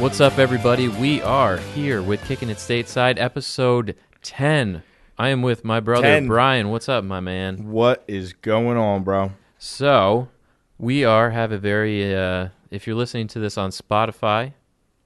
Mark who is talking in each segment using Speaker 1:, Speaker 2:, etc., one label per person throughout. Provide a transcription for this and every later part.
Speaker 1: What's up, everybody? We are here with Kicking It Stateside, episode 10. I am with my brother
Speaker 2: 10.
Speaker 1: Brian. What's up, my man?
Speaker 2: What is going on, bro?
Speaker 1: So, we are have a very, uh, if you're listening to this on Spotify,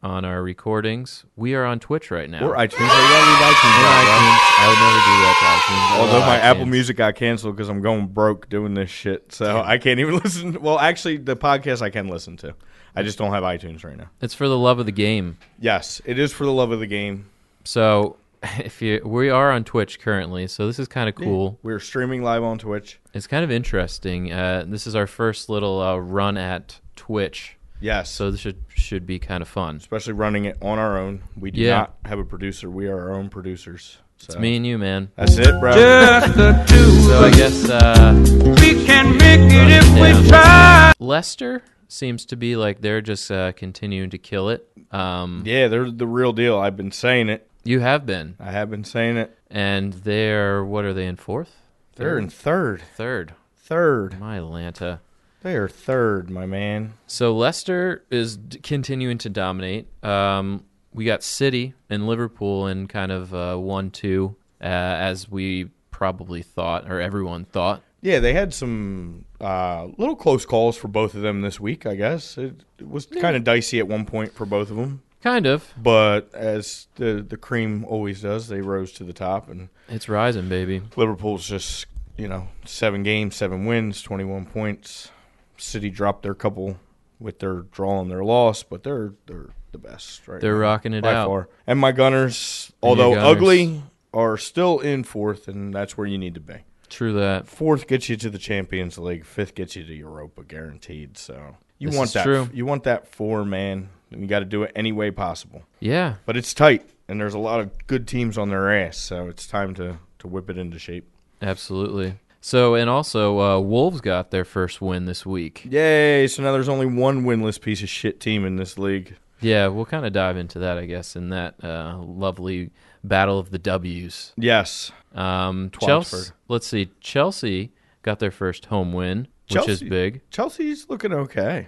Speaker 1: on our recordings, we are on Twitch right now.
Speaker 2: Or iTunes. I gotta leave iTunes out, bro.
Speaker 3: I would never do that to iTunes.
Speaker 2: Although my
Speaker 1: iTunes.
Speaker 2: Apple Music got canceled because I'm going broke doing this shit, so I can't even listen. Well, actually, the podcast I can listen to. I just don't have iTunes right now.
Speaker 1: It's for the love of the game.
Speaker 2: Yes, it is for the love of the game.
Speaker 1: So, if you we are on Twitch currently, so this is kind of cool.
Speaker 2: We're streaming live on Twitch.
Speaker 1: It's kind of interesting. Uh, this is our first little uh, run at Twitch,
Speaker 2: Yes,
Speaker 1: so this should should be kind of fun.
Speaker 2: especially running it on our own. We do
Speaker 1: Yeah.
Speaker 2: not have a producer. We are our own producers. So.
Speaker 1: It's me and you, man.
Speaker 2: That's it, bro.
Speaker 4: Just the two
Speaker 1: So I
Speaker 4: of us.
Speaker 1: guess uh,
Speaker 4: We can make it if we
Speaker 1: Yeah.
Speaker 4: try.
Speaker 1: Leicester seems to be like they're just uh, continuing to kill it. Um,
Speaker 2: Yeah, they're the real deal. I've been saying it.
Speaker 1: You have been,
Speaker 2: I have been saying it.
Speaker 1: and they're what are they in fourth,
Speaker 2: They're in third.
Speaker 1: third?
Speaker 2: Third.
Speaker 1: My Atlanta.
Speaker 2: They are third, my man.
Speaker 1: So Leicester is d- continuing to dominate. Um, we got City and Liverpool in kind of uh, one-two, uh, as we probably thought or everyone thought.
Speaker 2: Yeah, they had some uh, little close calls for both of them this week. I guess it, it was kind of dicey at one point for both of them,
Speaker 1: Kind of.
Speaker 2: but as the the cream always does, they rose to the top, and
Speaker 1: It's rising, baby.
Speaker 2: Liverpool's just you know seven games, seven wins, twenty one points. City dropped their couple with their draw and their loss, but they're they're the best right
Speaker 1: They're
Speaker 2: now,
Speaker 1: rocking it
Speaker 2: by
Speaker 1: out.
Speaker 2: far. And my Gunners, although
Speaker 1: Gunners.
Speaker 2: ugly, are still in fourth, and that's where you need to be.
Speaker 1: True that.
Speaker 2: fourth gets you to the Champions League, fifth gets you to Europa, guaranteed. So you
Speaker 1: This
Speaker 2: want
Speaker 1: is
Speaker 2: that?
Speaker 1: true.
Speaker 2: You want that four man, and you got to do it any way possible.
Speaker 1: Yeah.
Speaker 2: But it's tight, and there's a lot of good teams on their ass, so it's time to to whip it into shape.
Speaker 1: Absolutely. So, and also, uh, Wolves got their first win this week.
Speaker 2: Yay! So now there's only one winless piece of shit team in this league.
Speaker 1: Yeah, we'll kind of dive into that, I guess, in that uh, lovely battle of the W's.
Speaker 2: Yes,
Speaker 1: Um,
Speaker 2: Twansford.
Speaker 1: Chelsea. Let's see. Chelsea got their first home win, which is
Speaker 2: Chelsea-
Speaker 1: big.
Speaker 2: Chelsea's looking okay.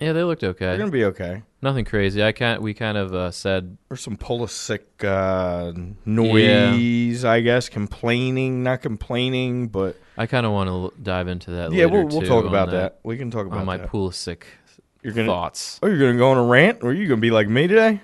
Speaker 1: Yeah, they looked okay.
Speaker 2: They're gonna be okay.
Speaker 1: Nothing crazy. I can't. We kind of uh, said
Speaker 2: There's some Pulisic uh, noise, I guess. Complaining, not complaining, but
Speaker 1: I kind of want to l- dive into that.
Speaker 2: yeah,
Speaker 1: later
Speaker 2: we'll, we'll
Speaker 1: too,
Speaker 2: talk
Speaker 1: on
Speaker 2: about
Speaker 1: that,
Speaker 2: that. We can talk about
Speaker 1: on my
Speaker 2: that.
Speaker 1: Pulisic
Speaker 2: You're gonna
Speaker 1: thoughts.
Speaker 2: Oh, you're gonna go on a rant, or you gonna be like me today?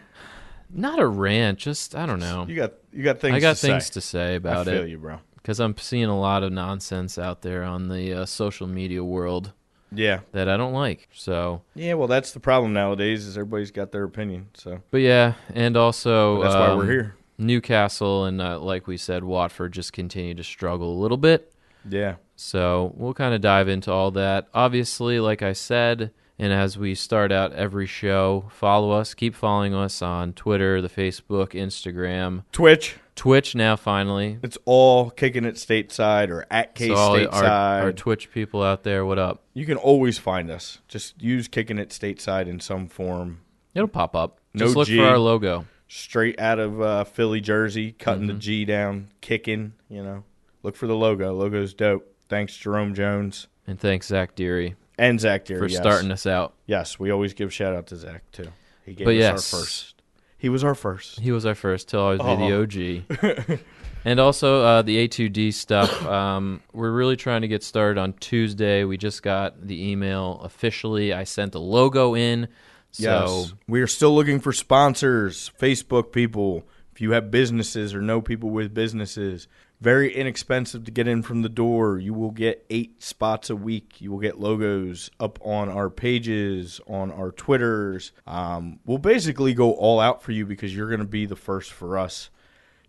Speaker 1: Not a rant. Just I don't know.
Speaker 2: You got you got things.
Speaker 1: I got
Speaker 2: to
Speaker 1: things
Speaker 2: say.
Speaker 1: to say about
Speaker 2: I feel
Speaker 1: it
Speaker 2: you, bro.
Speaker 1: because I'm seeing a lot of nonsense out there on the uh, social media world
Speaker 2: Yeah,
Speaker 1: that I don't like. So,
Speaker 2: yeah. Well, that's the problem nowadays is everybody's got their opinion. So
Speaker 1: but yeah, and also
Speaker 2: that's why we're
Speaker 1: um,
Speaker 2: here.
Speaker 1: Newcastle and uh, like we said, Watford just continue to struggle a little bit.
Speaker 2: Yeah,
Speaker 1: So we'll kind of dive into all that. Obviously, like I said, and as we start out every show, follow us. Keep following us on Twitter, the Facebook, Instagram,
Speaker 2: Twitch.
Speaker 1: Twitch. Now, finally,
Speaker 2: It's all kicking it stateside or at K
Speaker 1: So all
Speaker 2: stateside.
Speaker 1: our, our Twitch people out there, what up?
Speaker 2: you can always find us. Just use kicking it stateside in some form.
Speaker 1: It'll pop up.
Speaker 2: No
Speaker 1: Just look
Speaker 2: G.
Speaker 1: for our logo.
Speaker 2: Straight out of uh, Philly, Jersey, cutting
Speaker 1: Mm-hmm.
Speaker 2: the G down, kicking. You know, look for the logo. Logo's dope. Thanks, Jerome Jones
Speaker 1: And thanks, Zach Deary,
Speaker 2: and Zach Deary
Speaker 1: for
Speaker 2: yes.
Speaker 1: starting us out.
Speaker 2: Yes, we always give shout out to Zach too. He gave
Speaker 1: But
Speaker 2: us
Speaker 1: yes.
Speaker 2: our first. He was our first.
Speaker 1: He was our first. He'll always
Speaker 2: Oh.
Speaker 1: be the OG. and also uh, the A2D stuff. Um, we're really trying to get started on Tuesday. We just got the email officially. I sent the logo in. So
Speaker 2: we are still looking for sponsors, Facebook people. If you have businesses or know people with businesses, very inexpensive to get in from the door. You will get eight spots a week. You will get logos up on our pages, on our Twitters. Um, we'll basically go all out for you because you're going to be the first for us.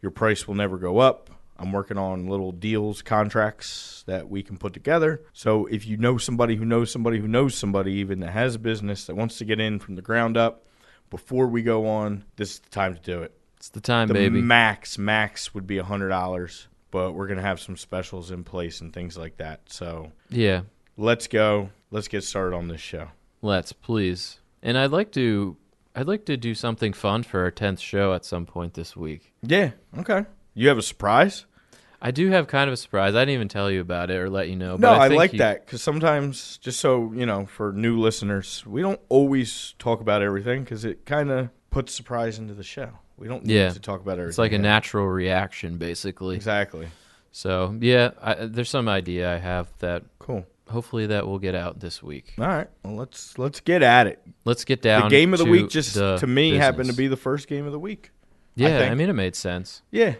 Speaker 2: Your price will never go up. I'm working on little deals, contracts that we can put together. So if you know somebody who knows somebody who knows somebody even that has a business that wants to get in from the ground up, before we go on, this is the time to do it.
Speaker 1: it's the time,
Speaker 2: The
Speaker 1: baby.
Speaker 2: max max would be $100, but we're going to have some specials in place and things like that. So
Speaker 1: yeah.
Speaker 2: let's go. Let's get started on this show.
Speaker 1: Let's please. And I'd like to. I'd like to do something fun for our tenth show at some point this week.
Speaker 2: Yeah, okay. You have a surprise?
Speaker 1: I do have kind of a surprise. I didn't even tell you about it or let you know.
Speaker 2: No,
Speaker 1: but I,
Speaker 2: I,
Speaker 1: think
Speaker 2: like
Speaker 1: you-
Speaker 2: that because sometimes, just so you know, for new listeners, we don't always talk about everything because it kind of put surprise into the show. We don't need
Speaker 1: Yeah.
Speaker 2: to talk about everything.
Speaker 1: It's like a
Speaker 2: yet.
Speaker 1: natural reaction, basically.
Speaker 2: Exactly.
Speaker 1: So yeah, I, there's some idea I have that
Speaker 2: Cool.
Speaker 1: hopefully that will get out this week.
Speaker 2: All right. Well, let's let's get at it.
Speaker 1: Let's get down.
Speaker 2: the game of the
Speaker 1: to
Speaker 2: week just
Speaker 1: the
Speaker 2: to me happened to
Speaker 1: business.
Speaker 2: be the first game of the week.
Speaker 1: Yeah, I,
Speaker 2: think.
Speaker 1: mean it made sense.
Speaker 2: Yeah.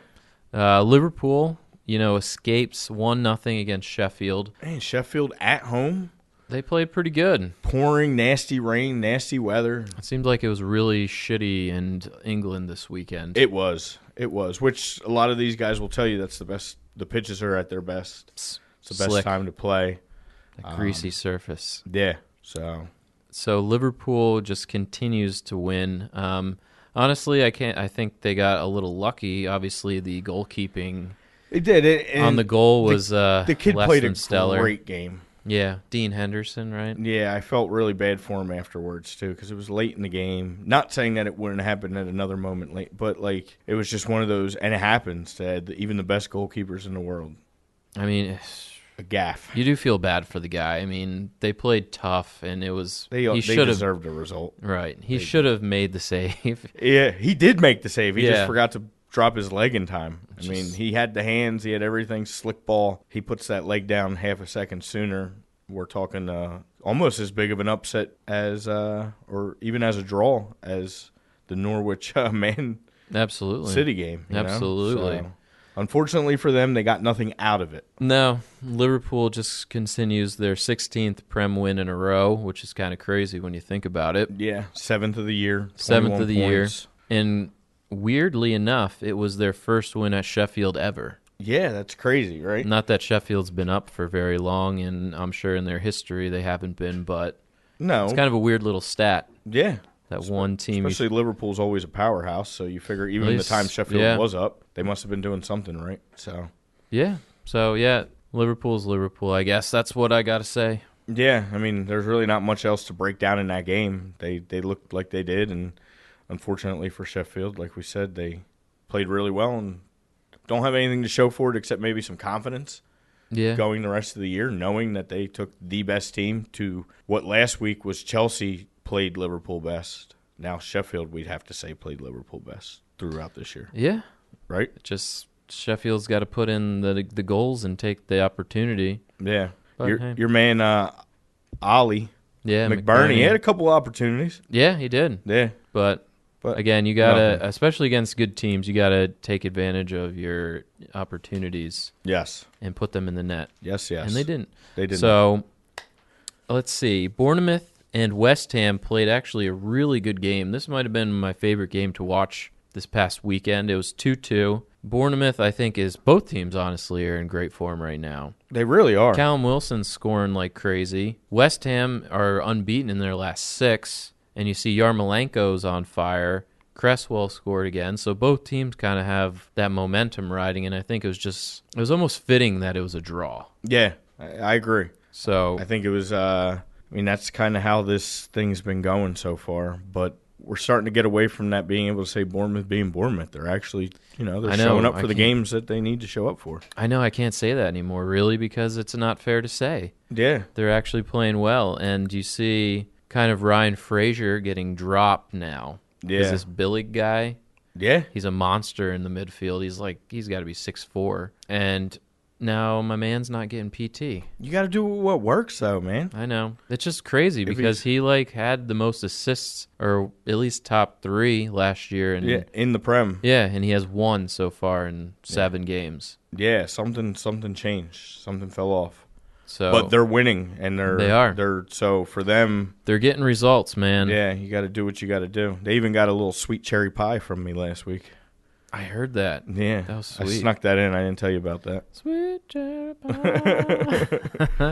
Speaker 1: Uh, Liverpool, you know, escapes one nothing against Sheffield.
Speaker 2: Man, Sheffield at home,
Speaker 1: They played pretty good.
Speaker 2: pouring nasty rain, nasty weather.
Speaker 1: It seemed like it was really shitty in England this weekend.
Speaker 2: It was. It was. Which a lot of these guys will tell you that's the best the pitches are at their best.
Speaker 1: it's
Speaker 2: It's the best
Speaker 1: slick,
Speaker 2: time Um, to play.
Speaker 1: a greasy surface.
Speaker 2: Yeah. So
Speaker 1: so Liverpool just continues to win. Um, honestly, I can't. I think they got a little lucky. Obviously, the goalkeeping
Speaker 2: it did. It, and
Speaker 1: on the goal was uh,
Speaker 2: the kid
Speaker 1: less
Speaker 2: played
Speaker 1: than
Speaker 2: a
Speaker 1: stellar.
Speaker 2: great game.
Speaker 1: Yeah, Dean Henderson, right?
Speaker 2: Yeah, I felt really bad for him afterwards too because it was late in the game. Not saying that it wouldn't happen at another moment late, but like it was just one of those, and it happens to had even the best goalkeepers in the world.
Speaker 1: I mean,
Speaker 2: A gaff.
Speaker 1: you do feel bad for the guy. I mean, they played tough, and it was
Speaker 2: They
Speaker 1: he
Speaker 2: they
Speaker 1: should have
Speaker 2: deserved a result.
Speaker 1: right. He should have made the save.
Speaker 2: Yeah, he did make the save. He
Speaker 1: Yeah.
Speaker 2: just forgot to drop his leg in time. I mean, he had the hands, he had everything. Slick ball. He puts that leg down half a second sooner. We're talking uh, almost as big of an upset as, uh, or even as a draw as the Norwich uh, Man
Speaker 1: Absolutely,
Speaker 2: City game. you know?
Speaker 1: Absolutely.
Speaker 2: So, unfortunately for them, they got nothing out of it.
Speaker 1: No, Liverpool just continues their 16th Prem win in a row, which is kind of crazy when you think about it.
Speaker 2: Yeah, seventh of the year.
Speaker 1: seventh of
Speaker 2: 21
Speaker 1: the
Speaker 2: points.
Speaker 1: year. And weirdly enough, it was their first win at Sheffield ever.
Speaker 2: Yeah, that's crazy, right?
Speaker 1: Not that Sheffield's been up for very long, and I'm sure in their history they haven't been, but
Speaker 2: No.
Speaker 1: it's kind of a weird little stat
Speaker 2: yeah.
Speaker 1: that one team.
Speaker 2: Especially Liverpool's always a powerhouse, so you figure even
Speaker 1: least-
Speaker 2: the time Sheffield
Speaker 1: yeah.
Speaker 2: was up, they must have been doing something, right? So
Speaker 1: yeah. So, yeah, Liverpool's Liverpool, I guess. That's what I got to say.
Speaker 2: yeah, I mean, there's really not much else to break down in that game. They they looked like they did, and unfortunately for Sheffield, like we said, they played really well and don't have anything to show for it except maybe some confidence.
Speaker 1: Yeah.
Speaker 2: going the rest of the year, knowing that they took the best team to what last week was Chelsea played Liverpool best. Now Sheffield, we'd have to say played Liverpool best throughout this year,
Speaker 1: Yeah.
Speaker 2: right?
Speaker 1: Just Sheffield's got to put in the the goals and take the opportunity.
Speaker 2: Yeah,
Speaker 1: But
Speaker 2: your
Speaker 1: hey.
Speaker 2: your man uh, Ollie
Speaker 1: Yeah.
Speaker 2: McBurney, he had a couple opportunities.
Speaker 1: Yeah, he did.
Speaker 2: Yeah,
Speaker 1: But
Speaker 2: but
Speaker 1: Again, you gotta, especially against good teams, you gotta take advantage of your opportunities
Speaker 2: yes,
Speaker 1: and put them in the net,
Speaker 2: yes, yes,
Speaker 1: and they didn't.
Speaker 2: They did. not
Speaker 1: So, let's see. Bournemouth and West Ham played actually a really good game. This might have been my favorite game to watch this past weekend. It was two-two. Bournemouth, I think, is both teams honestly are in great form right now.
Speaker 2: they really are.
Speaker 1: Callum Wilson's scoring like crazy. West Ham are unbeaten in their last six, and you see Yarmolenko's on fire. Cresswell scored again, so both teams kind of have that momentum riding, and I think it was just it was almost fitting that it was a draw.
Speaker 2: yeah, I, I agree.
Speaker 1: So
Speaker 2: I think it was. Uh, I mean, that's kind of how this thing's been going so far. But we're starting to get away from that being able to say Bournemouth being Bournemouth. They're actually, you know, they're
Speaker 1: I know,
Speaker 2: showing up
Speaker 1: I
Speaker 2: for the
Speaker 1: can't-
Speaker 2: games that they need to show up for.
Speaker 1: I know I can't say that anymore, really, because it's not fair to say.
Speaker 2: Yeah,
Speaker 1: They're actually playing well, and you see kind of Ryan Frazier getting dropped now.
Speaker 2: Yeah.
Speaker 1: Is this Billy guy?
Speaker 2: yeah,
Speaker 1: He's a monster in the midfield. He's like he's got to be six four. And now my man's not getting PT.
Speaker 2: you got to do what works, though, man.
Speaker 1: I know it's just crazy because
Speaker 2: he's-
Speaker 1: he like had the most assists or at least top three last year, and
Speaker 2: Yeah,
Speaker 1: yeah,
Speaker 2: in the prem.
Speaker 1: and he has one so far in seven games.
Speaker 2: Yeah, something, something changed. Something fell off.
Speaker 1: So
Speaker 2: But they're winning, and they're
Speaker 1: They are. Mm.
Speaker 2: they're so for them.
Speaker 1: they're getting results, man.
Speaker 2: Yeah, you got to do what you got to do. They even got a little sweet cherry pie from me last week.
Speaker 1: I heard that.
Speaker 2: Yeah,
Speaker 1: That was
Speaker 2: I
Speaker 1: sweet.
Speaker 2: snuck that in. I didn't tell you about that.
Speaker 1: Sweet cherry pie.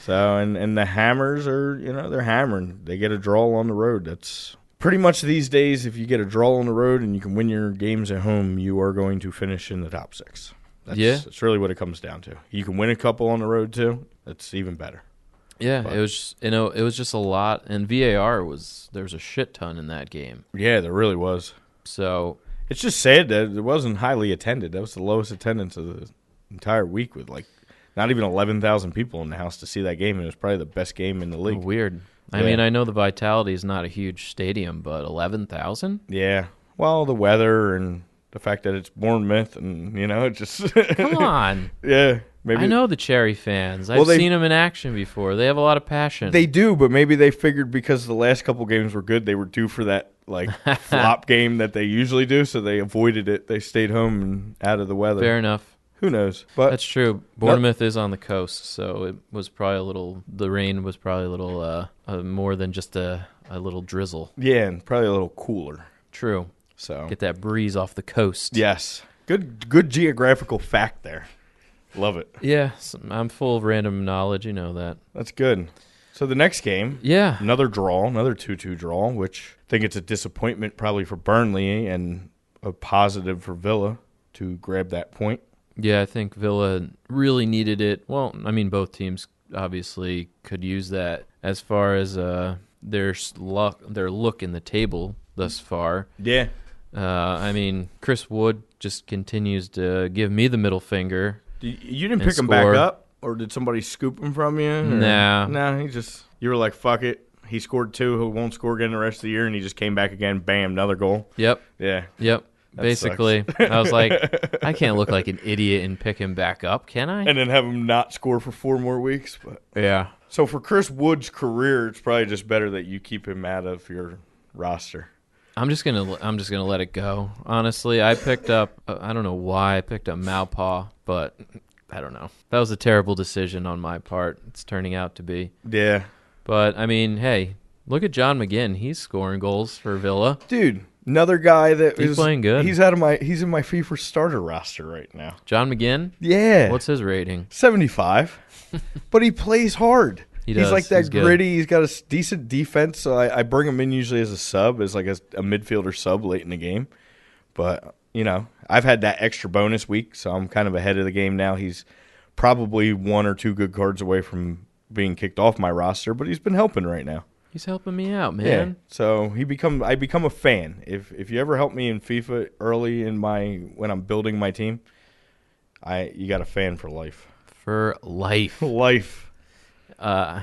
Speaker 2: So and and the hammers are you know they're hammering. They get a draw on the road. That's pretty much these days. If you get a draw on the road and you can win your games at home, you are going to finish in the top six. That's,
Speaker 1: Yeah.
Speaker 2: that's really what it comes down to. You can win a couple on the road too. That's even better.
Speaker 1: yeah, it was just, you know it was just a lot, and VAR was there was a shit ton in that game.
Speaker 2: Yeah, there really was.
Speaker 1: So
Speaker 2: It's just sad that it wasn't highly attended. That was the lowest attendance of the entire
Speaker 1: Oh.
Speaker 2: week with like not even eleven thousand people in the house to see that game. It was probably the best game in the league.
Speaker 1: weird. I
Speaker 2: Yeah.
Speaker 1: mean, I know the Vitality is not a huge stadium, but eleven thousand.
Speaker 2: Yeah. Well, the weather and the fact that it's Bournemouth and you know it just
Speaker 1: Come on,
Speaker 2: yeah maybe
Speaker 1: I know the Cherry fans. I've
Speaker 2: Well, they-
Speaker 1: seen them in action before. They have a lot of passion.
Speaker 2: they do, but maybe they figured because the last couple games were good, they were due for that like flop game that they usually do, so they avoided it. They stayed home and out of the weather.
Speaker 1: fair enough.
Speaker 2: Who knows? But
Speaker 1: That's true. Bournemouth is on the coast, so it was probably a little. The rain was probably a little uh, uh, more than just a, a little drizzle.
Speaker 2: yeah, and probably a little cooler.
Speaker 1: True.
Speaker 2: So
Speaker 1: Get that breeze off the coast.
Speaker 2: yes, good good geographical fact there. Love it.
Speaker 1: Yeah. s- I'm full of random knowledge. You know that.
Speaker 2: That's good. So the next game,
Speaker 1: Yeah.
Speaker 2: another draw, another two-two draw, which I think it's a disappointment probably for Burnley and a positive for Villa to grab that point.
Speaker 1: Yeah, I think Villa really needed it. Well, I mean, both teams obviously could use that as far as uh, their s- luck, their look in the table thus far.
Speaker 2: Yeah,
Speaker 1: Uh, I mean, Chris Wood just continues to give me the middle finger.
Speaker 2: You- You didn't
Speaker 1: and
Speaker 2: pick him
Speaker 1: score.
Speaker 2: back up, or did somebody scoop him from you? or-
Speaker 1: Nah.
Speaker 2: nah. He just you were like, "Fuck it." He scored two. He won't score again the rest of the year, and he just came back again. Bam, another goal.
Speaker 1: Yep,
Speaker 2: Yeah,
Speaker 1: yep. Basically, I was like, I can't look like an idiot and pick him back up, can I?
Speaker 2: and then have him not score for four more weeks. But
Speaker 1: yeah.
Speaker 2: so for Chris Wood's career, it's probably just better that you keep him out of your roster.
Speaker 1: I'm just gonna I'm just gonna let it go. Honestly, I picked up uh, I don't know why I picked up Malpaw, but I don't know. That was a terrible decision on my part. It's turning out to be.
Speaker 2: Yeah,
Speaker 1: But I mean, hey, look at John McGinn. He's scoring goals for Villa.
Speaker 2: dude. Another guy that
Speaker 1: He's
Speaker 2: is-
Speaker 1: playing good.
Speaker 2: He's out of my. He's in my FIFA starter roster right now.
Speaker 1: John McGinn.
Speaker 2: Yeah.
Speaker 1: What's his rating?
Speaker 2: 75, but he plays hard.
Speaker 1: He
Speaker 2: He's
Speaker 1: does.
Speaker 2: like that
Speaker 1: He's good.
Speaker 2: gritty. He's got a s- decent defense. So I, I bring him in usually as a sub, as like a, s- a midfielder sub late in the game. But you know, I've had that extra bonus week, so I'm kind of ahead of the game now. He's probably one or two good cards away from being kicked off my roster, but he's been helping right now.
Speaker 1: He's helping me out, man.
Speaker 2: So he become I become a fan. If if you ever help me in FIFA early in my when I'm building my team, I you got a fan for life.
Speaker 1: For life.
Speaker 2: Life.
Speaker 1: Uh,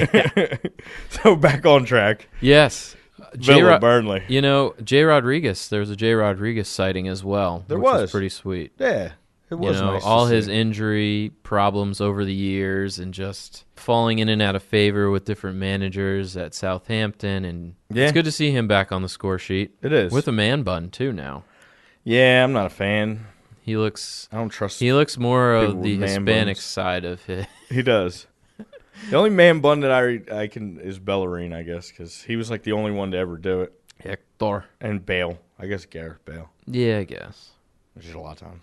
Speaker 2: So back on track.
Speaker 1: yes. J.
Speaker 2: Villa
Speaker 1: Ro-
Speaker 2: Burnley.
Speaker 1: you know, J. Rodriguez. There was a J. Rodriguez sighting as well.
Speaker 2: There
Speaker 1: which was.
Speaker 2: was.
Speaker 1: pretty sweet.
Speaker 2: Yeah, it
Speaker 1: you
Speaker 2: was
Speaker 1: know,
Speaker 2: nice to
Speaker 1: all
Speaker 2: see.
Speaker 1: his injury problems over the years and just falling in and out of favor with different managers at Southampton and
Speaker 2: Yeah.
Speaker 1: it's good to see him back on the score sheet.
Speaker 2: It is.
Speaker 1: With a man bun too now.
Speaker 2: yeah, I'm not a fan.
Speaker 1: He looks
Speaker 2: I don't trust.
Speaker 1: he looks more
Speaker 2: People
Speaker 1: of
Speaker 2: with
Speaker 1: the
Speaker 2: man
Speaker 1: Hispanic
Speaker 2: buns.
Speaker 1: side of his
Speaker 2: He does. The only man bun that I I can is Bellarine, I guess, because he was like the only one to ever do it.
Speaker 1: Hector.
Speaker 2: And Bale, I guess Gareth Bale,
Speaker 1: Yeah, I guess.
Speaker 2: which is a lot on.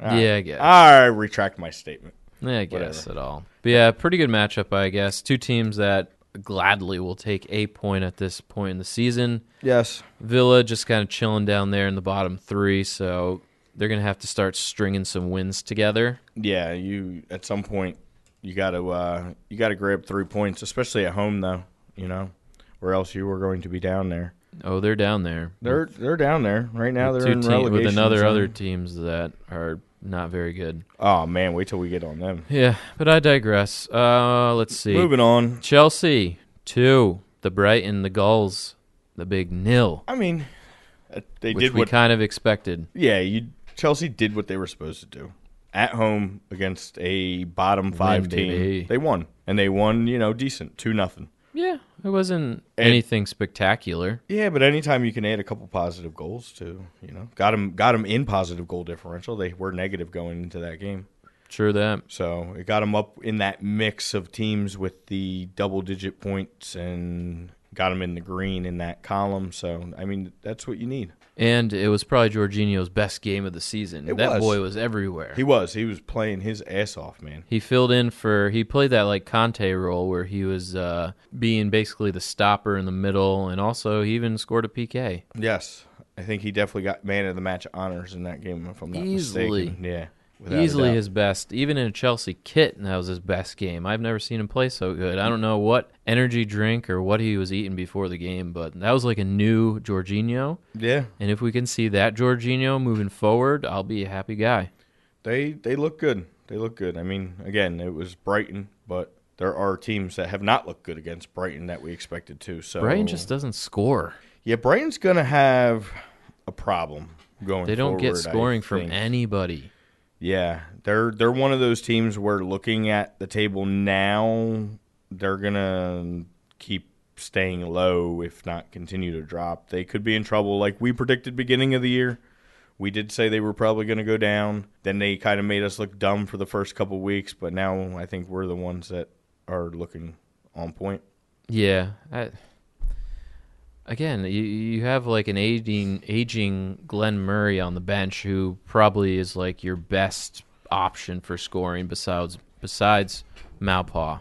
Speaker 1: Yeah, I guess.
Speaker 2: I retract my statement.
Speaker 1: Yeah, I guess at all. But yeah, pretty good matchup, I guess. Two teams that gladly will take a point at this point in the season.
Speaker 2: Yes.
Speaker 1: Villa just kind of chilling down there in the bottom three, so they're gonna have to start stringing some wins together.
Speaker 2: Yeah, you at some point you got to uh, you got to grab three points, especially at home though. You know, or else you were going to be down there.
Speaker 1: Oh, they're down there.
Speaker 2: They're they're down there right now.
Speaker 1: With
Speaker 2: They're in
Speaker 1: two team-
Speaker 2: relegation
Speaker 1: with another
Speaker 2: zone.
Speaker 1: other teams that are not very good.
Speaker 2: Oh man, wait till we get on them.
Speaker 1: Yeah, but I digress. Uh, let's see.
Speaker 2: Moving on.
Speaker 1: Chelsea two, the Brighton, the Gulls, the big nil,
Speaker 2: I mean, uh, they
Speaker 1: which
Speaker 2: did
Speaker 1: we
Speaker 2: what.
Speaker 1: kind of expected.
Speaker 2: yeah, you Chelsea did what they were supposed to do at home against a bottom five team.
Speaker 1: baby.
Speaker 2: They won, and they won. You know, decent two nothing.
Speaker 1: Yeah, it wasn't
Speaker 2: And-
Speaker 1: anything spectacular.
Speaker 2: Yeah, but anytime you can add a couple positive goals to, you know, got them got them in positive goal differential. They were negative going into that game.
Speaker 1: True that.
Speaker 2: So it got them up in that mix of teams with the double digit points and got them in the green in that column. So, I mean, that's what you need.
Speaker 1: And it was probably Jorginho's best game of the season.
Speaker 2: It
Speaker 1: that
Speaker 2: was.
Speaker 1: boy was everywhere.
Speaker 2: He was. He was playing his ass off, man.
Speaker 1: He filled in for he played that like Conte role where he was uh, being basically the stopper in the middle, and also he even scored a PK.
Speaker 2: Yes. I think he definitely got man of the match honors in that game, if I'm not
Speaker 1: Easily.
Speaker 2: mistaken. Yeah. without a
Speaker 1: Easily
Speaker 2: doubt.
Speaker 1: his best, even in a Chelsea kit, and that was his best game. I've never seen him play so good. I don't know what energy drink or what he was eating before the game, but that was like a new Jorginho.
Speaker 2: Yeah.
Speaker 1: And if we can see that Jorginho moving forward, I'll be a happy guy.
Speaker 2: They they look good. They look good. I mean, again, it was Brighton, but there are teams that have not looked good against Brighton that we expected to. So
Speaker 1: Brighton just doesn't score.
Speaker 2: yeah, Brighton's gonna have a problem going.
Speaker 1: They don't get
Speaker 2: forward, I
Speaker 1: scoring from
Speaker 2: think.
Speaker 1: anybody.
Speaker 2: Yeah, they're they're one of those teams where looking at the table now, they're gonna keep staying low, if not continue to drop. They could be in trouble, like we predicted beginning of the year. We did say they were probably going to go down. Then they kind of made us look dumb for the first couple weeks, but now I think we're the ones that are looking on point.
Speaker 1: Yeah. I, again, you, you have like an aging aging Glenn Murray on the bench who probably is like your best option for scoring besides besides Maupaw.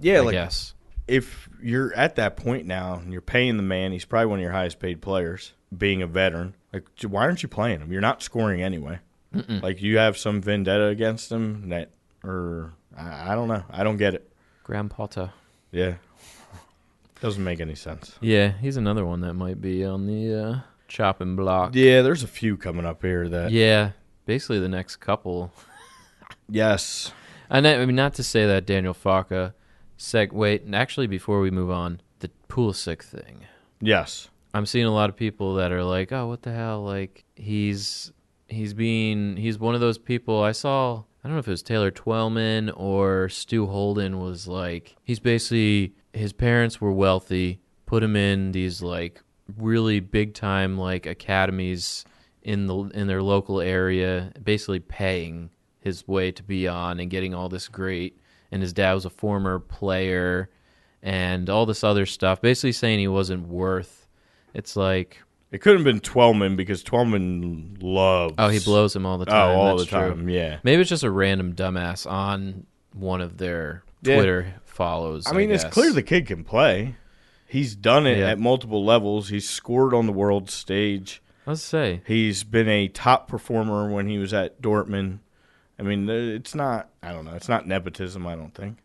Speaker 2: Yeah,
Speaker 1: I
Speaker 2: like
Speaker 1: guess.
Speaker 2: if you're at that point now and you're paying the man, he's probably one of your highest paid players, being a veteran. Like, j- why aren't you playing him? You're not scoring anyway. Like, you have some vendetta against him that, or I, I don't know. I don't get it.
Speaker 1: Graham Potter.
Speaker 2: Yeah. Doesn't make any sense.
Speaker 1: Yeah, he's another one that might be on the uh, chopping block.
Speaker 2: Yeah, there's a few coming up here that.
Speaker 1: Yeah, basically the next couple.
Speaker 2: Yes.
Speaker 1: And I, I mean, not to say that Daniel Faka. Seg. Wait, and actually, before we move on, the Pulisic thing.
Speaker 2: Yes.
Speaker 1: I'm seeing a lot of people that are like, "Oh, what the hell? Like he's he's being he's one of those people I saw. I don't know if it was Taylor Twelman or Stu Holden was like he's basically his parents were wealthy, put him in these like really big time like academies in the in their local area, basically paying his way to be on and getting all this great and his dad was a former player and all this other stuff, basically saying he wasn't worth it's like,
Speaker 2: It couldn't have been Twelman because Twelman loves.
Speaker 1: oh, he blows him all the
Speaker 2: Oh,
Speaker 1: time.
Speaker 2: all
Speaker 1: That's
Speaker 2: the
Speaker 1: true.
Speaker 2: time. Yeah.
Speaker 1: Maybe it's just a random dumbass on one of their
Speaker 2: Yeah.
Speaker 1: Twitter follows. I,
Speaker 2: I mean, it's
Speaker 1: guess.
Speaker 2: clear the kid can play. He's done it
Speaker 1: Yeah.
Speaker 2: at multiple levels. He's scored on the world stage.
Speaker 1: Let's say
Speaker 2: He's been a top performer when he was at Dortmund. I mean, th- it's not. I don't know. It's not nepotism. I don't think.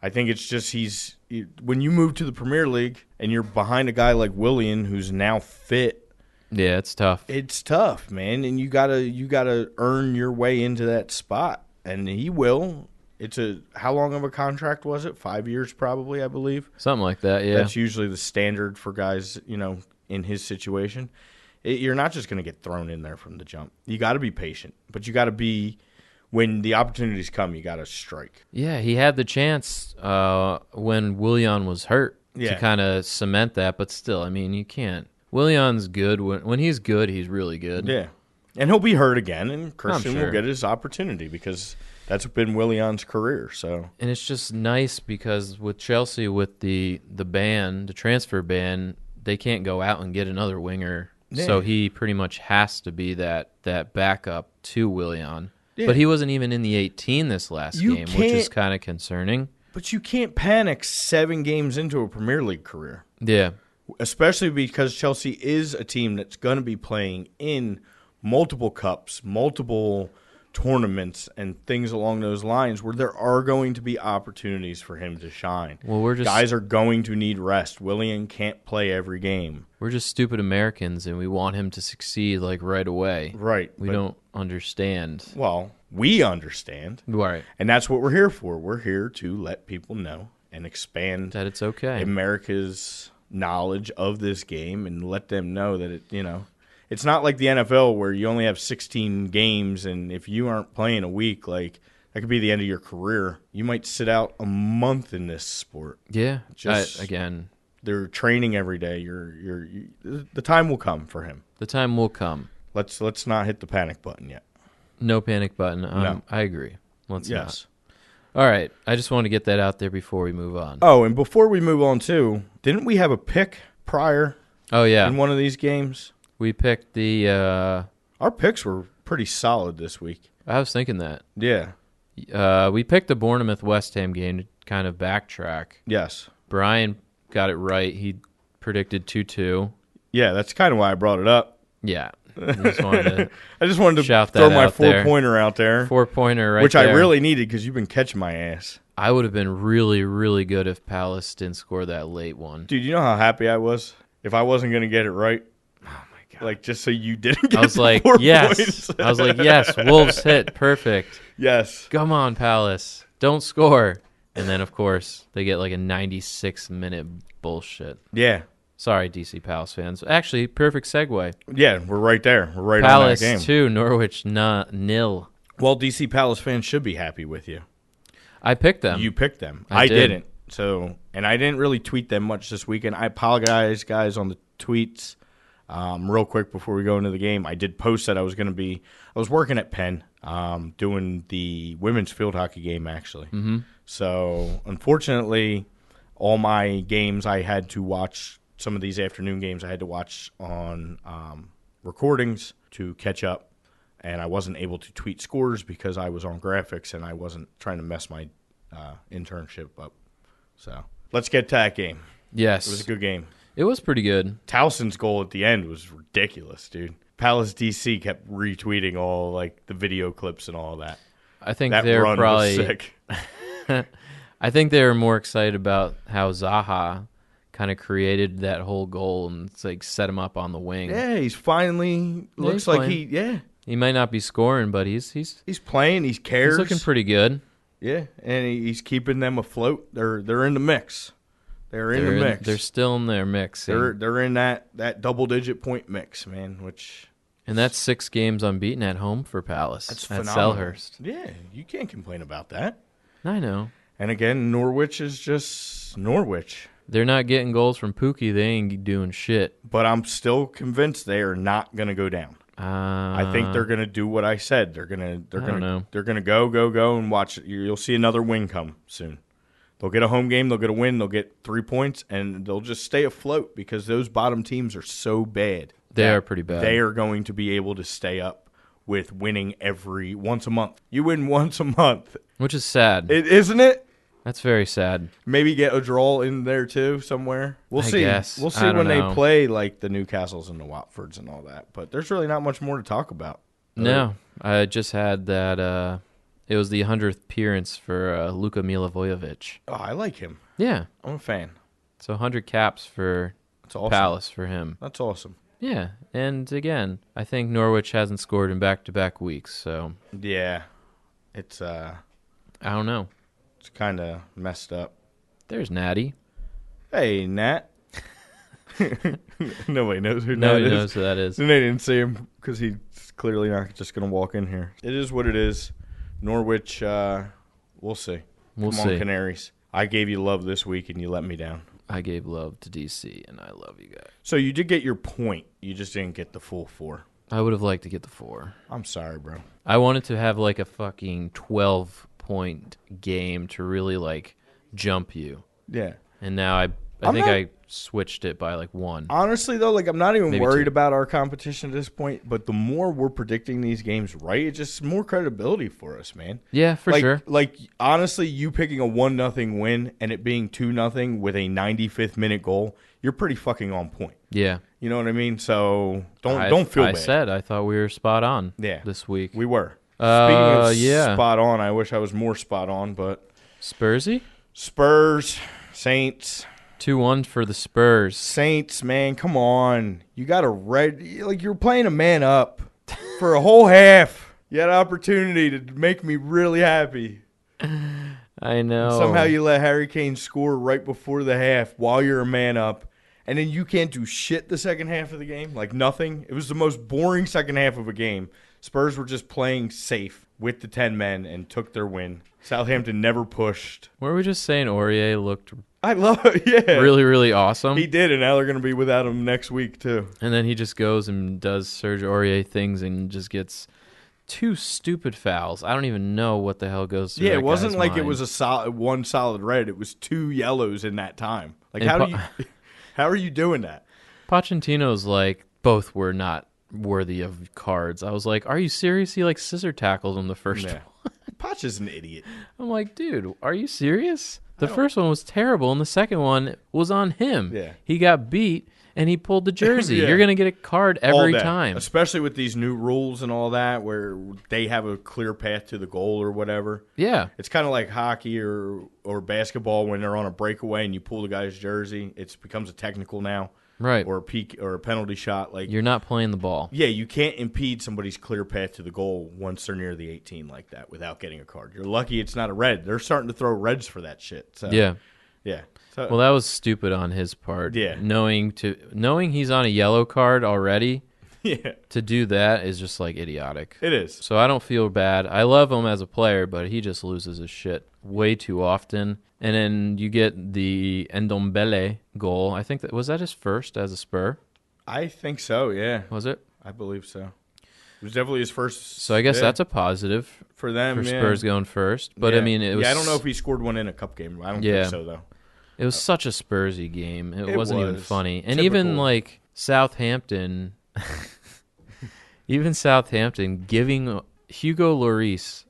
Speaker 2: I think it's just he's you- when you move to the Premier League and you're behind a guy like Willian, who's now fit.
Speaker 1: yeah, it's tough.
Speaker 2: It's tough, man, and you gotta you gotta earn your way into that spot, and he will. It's a how long of a contract was it? Five years, probably, I believe.
Speaker 1: Something like that. Yeah,
Speaker 2: That's usually the standard for guys, you know, in his situation. It, you're not just going to get thrown in there from the jump. You got to be patient, but you got to be when the opportunities come, you got to strike.
Speaker 1: yeah. He had the chance uh, when Willian was hurt
Speaker 2: Yeah.
Speaker 1: to kind of cement that, but still, I mean, you can't. Willian's good when when he's good. He's really good.
Speaker 2: Yeah. And he'll be hurt again and Christian
Speaker 1: sure.
Speaker 2: will get his opportunity because that's been Willian's career. So,
Speaker 1: and it's just nice because with Chelsea with the the ban, the transfer ban, they can't go out and get another winger. So
Speaker 2: Yeah.
Speaker 1: he pretty much has to be that that backup to Willian.
Speaker 2: Yeah.
Speaker 1: But he wasn't even in the 18 this last
Speaker 2: You
Speaker 1: game, which is
Speaker 2: can't-
Speaker 1: kind of concerning.
Speaker 2: but you can't panic 7 games into a Premier League career.
Speaker 1: Yeah.
Speaker 2: especially because Chelsea is a team that's going to be playing in multiple cups, multiple tournaments, and things along those lines where there are going to be opportunities for him to shine.
Speaker 1: Well, we're just
Speaker 2: Guys are going to need rest. Willian can't play every game.
Speaker 1: we're just stupid Americans and we want him to succeed like right away.
Speaker 2: Right.
Speaker 1: We
Speaker 2: but-
Speaker 1: don't understand.
Speaker 2: Well, we understand.
Speaker 1: Right.
Speaker 2: And that's what we're here for. We're here to let people know and expand
Speaker 1: That it's okay.
Speaker 2: America's knowledge of this game and let them know that it, you know, it's not like the NFL where you only have 16 games and if you aren't playing a week, like that could be the end of your career. You might sit out a month in this sport.
Speaker 1: yeah.
Speaker 2: Just-
Speaker 1: I- again,
Speaker 2: They're training every day. You're you're you, the time will come for him.
Speaker 1: the time will come.
Speaker 2: Let's let's not hit the panic button yet.
Speaker 1: No panic button. Um,
Speaker 2: No.
Speaker 1: I agree. Let's not. All right. I just want to get that out there before we move on.
Speaker 2: Oh, and before we move on too, didn't we have a pick prior
Speaker 1: Oh,
Speaker 2: in
Speaker 1: yeah.
Speaker 2: one of these games?
Speaker 1: We picked the. Uh,
Speaker 2: Our picks were pretty solid this week.
Speaker 1: I was thinking that.
Speaker 2: Yeah.
Speaker 1: Uh, we picked the Bournemouth West Ham game to kind of backtrack.
Speaker 2: Yes.
Speaker 1: Brian got it right. He predicted 2 2.
Speaker 2: Yeah, that's kind of why I brought it up.
Speaker 1: Yeah. I just wanted
Speaker 2: I just wanted to
Speaker 1: Shout
Speaker 2: throw
Speaker 1: that
Speaker 2: my
Speaker 1: out there.
Speaker 2: four pointer out there,
Speaker 1: a four pointer right
Speaker 2: which I
Speaker 1: there.
Speaker 2: really needed because you've been catching my ass,
Speaker 1: I would have been really, really good if Palace didn't score that late one.
Speaker 2: dude. You know how happy I was if I wasn't gonna get it right. Oh my god! Like just so you didn't. Get
Speaker 1: I was
Speaker 2: the
Speaker 1: like,
Speaker 2: four
Speaker 1: yes.
Speaker 2: points.
Speaker 1: I was like, yes. Wolves hit. Perfect.
Speaker 2: yes.
Speaker 1: Come on, Palace. Don't score. and then of course they get like a 96 minute bullshit.
Speaker 2: Yeah.
Speaker 1: Sorry, DC Palace fans. Actually, perfect segue.
Speaker 2: Yeah, we're right there. We're right
Speaker 1: Palace
Speaker 2: on that game.
Speaker 1: two, Norwich na- nil.
Speaker 2: Well, DC Palace fans should be happy with you.
Speaker 1: I picked them.
Speaker 2: You picked them.
Speaker 1: I
Speaker 2: I,
Speaker 1: did.
Speaker 2: did. not So, and I didn't really tweet them much this weekend. I apologize, guys, on the tweets. Um, real quick before we go into the game, I did post that I was going to be. I was working at Penn, um, doing the women's field hockey game actually. Mm-hmm. So, unfortunately, all my games I had to watch. Some of these afternoon games I had to watch on um, recordings to catch up and I wasn't able to tweet scores because I was on graphics and I wasn't trying to mess my uh, internship up. So let's get to that game.
Speaker 1: yes,
Speaker 2: It was a good game.
Speaker 1: pretty good.
Speaker 2: Towson's goal at the end was ridiculous, dude. Palace DC kept retweeting all like the video clips and all that.
Speaker 1: I think
Speaker 2: That
Speaker 1: they're
Speaker 2: run
Speaker 1: probably.
Speaker 2: was sick.
Speaker 1: I think they were more excited about how Zaha kind of created that whole goal and it's like set him up on the wing.
Speaker 2: Yeah, he's finally
Speaker 1: Yeah,
Speaker 2: looks
Speaker 1: he's
Speaker 2: like
Speaker 1: playing.
Speaker 2: he yeah
Speaker 1: He might not be scoring, but he's he's
Speaker 2: he's playing. He's cares.
Speaker 1: he's looking pretty good.
Speaker 2: yeah, and he- he's keeping them afloat. They're they're in the mix. They're in
Speaker 1: they're,
Speaker 2: the
Speaker 1: in-
Speaker 2: mix.
Speaker 1: they're still in their mix.
Speaker 2: They're they're in that that double digit point mix, man. Which
Speaker 1: And that's six games unbeaten at home for Palace.
Speaker 2: that's
Speaker 1: at
Speaker 2: phenomenal.
Speaker 1: Selhurst.
Speaker 2: Yeah, you can't complain about that.
Speaker 1: I know.
Speaker 2: And again, Norwich is just Norwich.
Speaker 1: They're not getting goals from Pookie. They ain't doing shit.
Speaker 2: But I'm still convinced they are not going to go down.
Speaker 1: Uh,
Speaker 2: I think they're going to do what I said. They're going to they're
Speaker 1: I
Speaker 2: going
Speaker 1: don't
Speaker 2: to
Speaker 1: know.
Speaker 2: they're going to go go go and watch. it. You- You'll see another win come soon. They'll get a home game. They'll get a win. They'll get three points, and they'll just stay afloat because those bottom teams are so bad.
Speaker 1: Uh, They
Speaker 2: that
Speaker 1: are pretty bad.
Speaker 2: They are going to be able to stay up with winning every once a month. You win once a month,
Speaker 1: which is sad.
Speaker 2: it, isn't it?
Speaker 1: that's very sad.
Speaker 2: maybe get a draw in there too somewhere. We'll
Speaker 1: I
Speaker 2: see.
Speaker 1: guess.
Speaker 2: We'll
Speaker 1: I
Speaker 2: see
Speaker 1: don't
Speaker 2: when
Speaker 1: know.
Speaker 2: they play like the Newcastles and the Watfords and all that. But there's really not much more to talk about.
Speaker 1: No, I just had that. Uh, it was the hundredth appearance for uh, Luka Milivojevic.
Speaker 2: Oh, I like him.
Speaker 1: Yeah,
Speaker 2: I'm a fan.
Speaker 1: so hundred caps for
Speaker 2: That's awesome.
Speaker 1: Palace for him.
Speaker 2: That's awesome.
Speaker 1: Yeah, and again, I think Norwich hasn't scored in back-to-back weeks, so
Speaker 2: Yeah, it's uh,
Speaker 1: I don't know.
Speaker 2: it's kind of messed up.
Speaker 1: There's Natty.
Speaker 2: Hey, Nat. Nobody knows who Nat
Speaker 1: Nobody
Speaker 2: is.
Speaker 1: knows who that is.
Speaker 2: So they didn't see him because he's clearly not just going to walk in here. It is what it is. Norwich, uh, we'll see.
Speaker 1: We'll
Speaker 2: Come
Speaker 1: see.
Speaker 2: on, Canaries. I gave you love this week and you let me down.
Speaker 1: I gave love to DC, and I love you guys.
Speaker 2: So you did get your point. You just didn't get the full four.
Speaker 1: I would have liked to get the four.
Speaker 2: I'm sorry, bro.
Speaker 1: I wanted to have like a fucking twelve point game to really like jump you,
Speaker 2: Yeah.
Speaker 1: and now I I
Speaker 2: I'm
Speaker 1: think
Speaker 2: not-
Speaker 1: I switched it by like one.
Speaker 2: Honestly, though, like I'm not even
Speaker 1: Maybe
Speaker 2: worried
Speaker 1: two.
Speaker 2: about our competition at this point. But the more we're predicting these games right, it's just more credibility for us, man.
Speaker 1: Yeah, for
Speaker 2: like,
Speaker 1: sure.
Speaker 2: Like honestly, you picking a one nothing win and it being two nothing with a 95th minute goal, you're pretty fucking on point.
Speaker 1: Yeah.
Speaker 2: You know what I mean? So don't
Speaker 1: I,
Speaker 2: don't feel
Speaker 1: I
Speaker 2: bad.
Speaker 1: said I thought we were spot on.
Speaker 2: Yeah.
Speaker 1: This week.
Speaker 2: we were.
Speaker 1: Uh, yeah.
Speaker 2: spot on. I wish I was more spot on, but
Speaker 1: Spursy?
Speaker 2: Spurs, Saints,
Speaker 1: Two one for the Spurs.
Speaker 2: Saints, man, come on. You got a red like you're playing a man up for a whole half. You had an opportunity to make me really happy.
Speaker 1: I know.
Speaker 2: Somehow you let Harry Kane score right before the half while you're a man up. And then you can't do shit the second half of the game, like nothing. It was the most boring second half of a game. Spurs were just playing safe with the 10 men and took their win. Southampton never pushed.
Speaker 1: Were we just saying Aurier looked
Speaker 2: I love it. Yeah.
Speaker 1: really, really awesome?
Speaker 2: He did, and now they're going to be without him next week, too.
Speaker 1: and then he just goes and does Serge Aurier things and just gets two stupid fouls. I don't even know what the hell goes through.
Speaker 2: Yeah,
Speaker 1: that
Speaker 2: it wasn't
Speaker 1: guy's
Speaker 2: like it
Speaker 1: mind.
Speaker 2: was a solid one solid red. It was two yellows in that time. Like
Speaker 1: And
Speaker 2: how do
Speaker 1: pa-
Speaker 2: you how are you doing that?
Speaker 1: Pochettino's like both were not worthy of cards. I was like, Are you serious? He like scissor tackled him the first
Speaker 2: Yeah.
Speaker 1: one.
Speaker 2: Potch is an idiot.
Speaker 1: I'm like, dude, are you serious? The first one was terrible, and the second one was on him.
Speaker 2: Yeah.
Speaker 1: He got beat, and he pulled the jersey.
Speaker 2: Yeah.
Speaker 1: You're gonna get a card
Speaker 2: All
Speaker 1: every
Speaker 2: day.
Speaker 1: time.
Speaker 2: Especially with these new rules and all that where they have a clear path to the goal or whatever.
Speaker 1: Yeah,
Speaker 2: It's kind of like hockey or or basketball when they're on a breakaway and you pull the guy's jersey. It becomes a technical now.
Speaker 1: Right.
Speaker 2: or a peak or a penalty shot. Like
Speaker 1: You're not playing the ball.
Speaker 2: yeah, you can't impede somebody's clear path to the goal once they're near the 18 like that without getting a card. You're lucky it's not a red. They're starting to throw reds for that shit. So,
Speaker 1: Yeah.
Speaker 2: yeah. So,
Speaker 1: Well, that was stupid on his part.
Speaker 2: Yeah.
Speaker 1: Knowing to knowing he's on a yellow card already
Speaker 2: yeah,
Speaker 1: to do that is just like idiotic.
Speaker 2: it is.
Speaker 1: So I don't feel bad. I love him as a player, but he just loses his shit way too often. And then you get the Endombele goal. I think that was that his first as a Spur.
Speaker 2: I think so. Yeah,
Speaker 1: Was it?
Speaker 2: I believe so. It was definitely his first.
Speaker 1: So I guess
Speaker 2: yeah,
Speaker 1: that's a positive
Speaker 2: for them.
Speaker 1: for
Speaker 2: yeah.
Speaker 1: Spurs going first. But I
Speaker 2: Yeah.
Speaker 1: mean, it was
Speaker 2: Yeah, I don't know if he scored one in a cup game. I don't
Speaker 1: Yeah.
Speaker 2: think so though.
Speaker 1: It was such a Spursy game. It,
Speaker 2: It
Speaker 1: wasn't even
Speaker 2: was.
Speaker 1: funny. And
Speaker 2: Typical.
Speaker 1: even like Southampton, even Southampton giving Hugo Lloris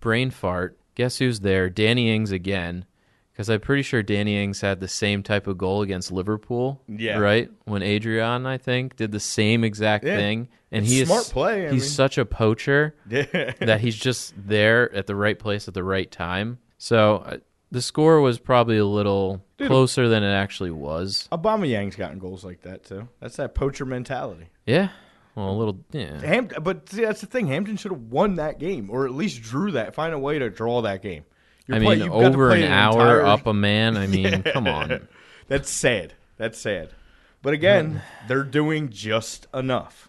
Speaker 1: brain fart. Guess who's there? Danny Ings again. Because I'm pretty sure Danny Ings had the same type of goal against Liverpool.
Speaker 2: Yeah.
Speaker 1: Right? When Adrian, I think, did the same exact
Speaker 2: Yeah.
Speaker 1: thing. And
Speaker 2: It's
Speaker 1: he is
Speaker 2: smart play, I
Speaker 1: he's
Speaker 2: mean.
Speaker 1: such a poacher
Speaker 2: Yeah.
Speaker 1: that he's just there at the right place at the right time. So uh, the score was probably a little closer than it actually was.
Speaker 2: Obama Yang's gotten goals like that too. That's that poacher mentality.
Speaker 1: Yeah. Well, a little. Yeah.
Speaker 2: Hamp- but see, that's the thing. Hampton should have won that game, or at least drew that. Find a way to draw that game. You're
Speaker 1: I
Speaker 2: play-
Speaker 1: mean,
Speaker 2: you've got to
Speaker 1: over
Speaker 2: play
Speaker 1: an hour
Speaker 2: entire-
Speaker 1: up a man. I mean, come on.
Speaker 2: That's sad. That's sad. But again,
Speaker 1: Hmm.
Speaker 2: they're doing just enough.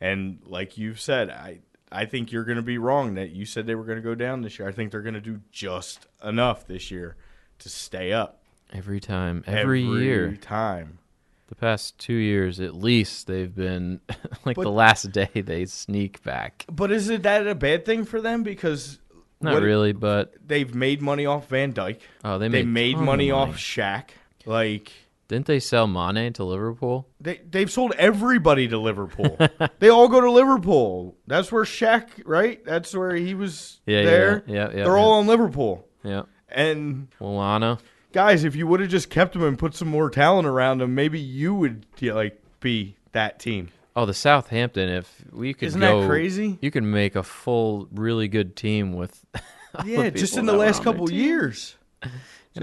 Speaker 2: And like you've said, I I think you're going to be wrong that you said they were going to go down this year. I think they're going to do just enough this year to stay up
Speaker 1: Every time, every, year,
Speaker 2: time.
Speaker 1: the past two years at least, they've been like
Speaker 2: But-
Speaker 1: the last day they sneak back.
Speaker 2: But is it that a bad thing for them because
Speaker 1: Not
Speaker 2: what-
Speaker 1: really, but
Speaker 2: They've made money off Van Dyke.
Speaker 1: oh, they
Speaker 2: They,
Speaker 1: made, a
Speaker 2: made
Speaker 1: ton of
Speaker 2: money, off Shaq. Like
Speaker 1: Didn't they sell Mane to Liverpool?
Speaker 2: They they've sold everybody to Liverpool. they all go to Liverpool. That's where Shaq, right? That's where he was
Speaker 1: Yeah, yeah,
Speaker 2: there.
Speaker 1: yeah, yeah,
Speaker 2: They're
Speaker 1: yeah.
Speaker 2: all on Liverpool.
Speaker 1: Yeah.
Speaker 2: And
Speaker 1: Milana.
Speaker 2: guys, if you would have just kept him and put some more talent around him, maybe you would yeah, like be that team.
Speaker 1: Oh, the Southampton. If we could
Speaker 2: Isn't
Speaker 1: go,
Speaker 2: that crazy?
Speaker 1: You can make a full, really good team with. all the
Speaker 2: Yeah, just
Speaker 1: people
Speaker 2: in the
Speaker 1: that were
Speaker 2: last
Speaker 1: on their
Speaker 2: couple
Speaker 1: team.
Speaker 2: years.
Speaker 1: and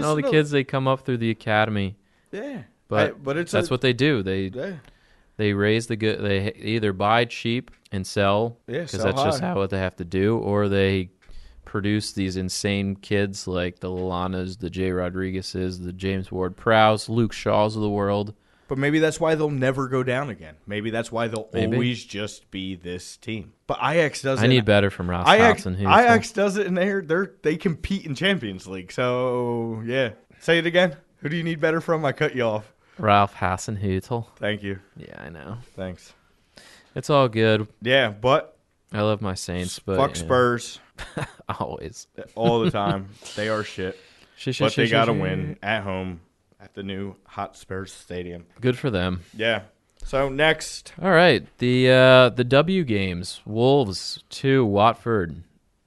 Speaker 1: all
Speaker 2: just
Speaker 1: the
Speaker 2: in the-
Speaker 1: kids they come up through the academy.
Speaker 2: Yeah,
Speaker 1: But
Speaker 2: I- but it's
Speaker 1: that's
Speaker 2: a,
Speaker 1: what they do. They
Speaker 2: yeah.
Speaker 1: they raise the good. They either buy cheap and sell
Speaker 2: Yeah, sell
Speaker 1: that's just
Speaker 2: high.
Speaker 1: how what they have to do, or they produce these insane kids like the Lalanas, the Jay Rodriguezes, the James Ward Prowse, Luke Shaws of the world.
Speaker 2: But maybe that's why they'll never go down again. Maybe that's why they'll
Speaker 1: Maybe.
Speaker 2: always just be this team. But Ajax doesn't.
Speaker 1: I need better from Ralph
Speaker 2: Ajax,
Speaker 1: Thompson.
Speaker 2: Ajax does it, and they're they're they compete in Champions League. So yeah, say it again. Who do you need better from? I cut you off.
Speaker 1: Ralph Hasenhutel.
Speaker 2: Thank you.
Speaker 1: Yeah, I know.
Speaker 2: Thanks.
Speaker 1: It's all good.
Speaker 2: Yeah, but
Speaker 1: I love my Saints, but
Speaker 2: fuck
Speaker 1: yeah,
Speaker 2: Spurs
Speaker 1: always.
Speaker 2: all the time. they are shit,
Speaker 1: Shit, shit,
Speaker 2: but they
Speaker 1: shit,
Speaker 2: got to
Speaker 1: shit,
Speaker 2: win
Speaker 1: shit.
Speaker 2: at home at the new hot Spurs stadium.
Speaker 1: Good for them.
Speaker 2: Yeah. So next,
Speaker 1: All right, the uh, the W games: Wolves two, Watford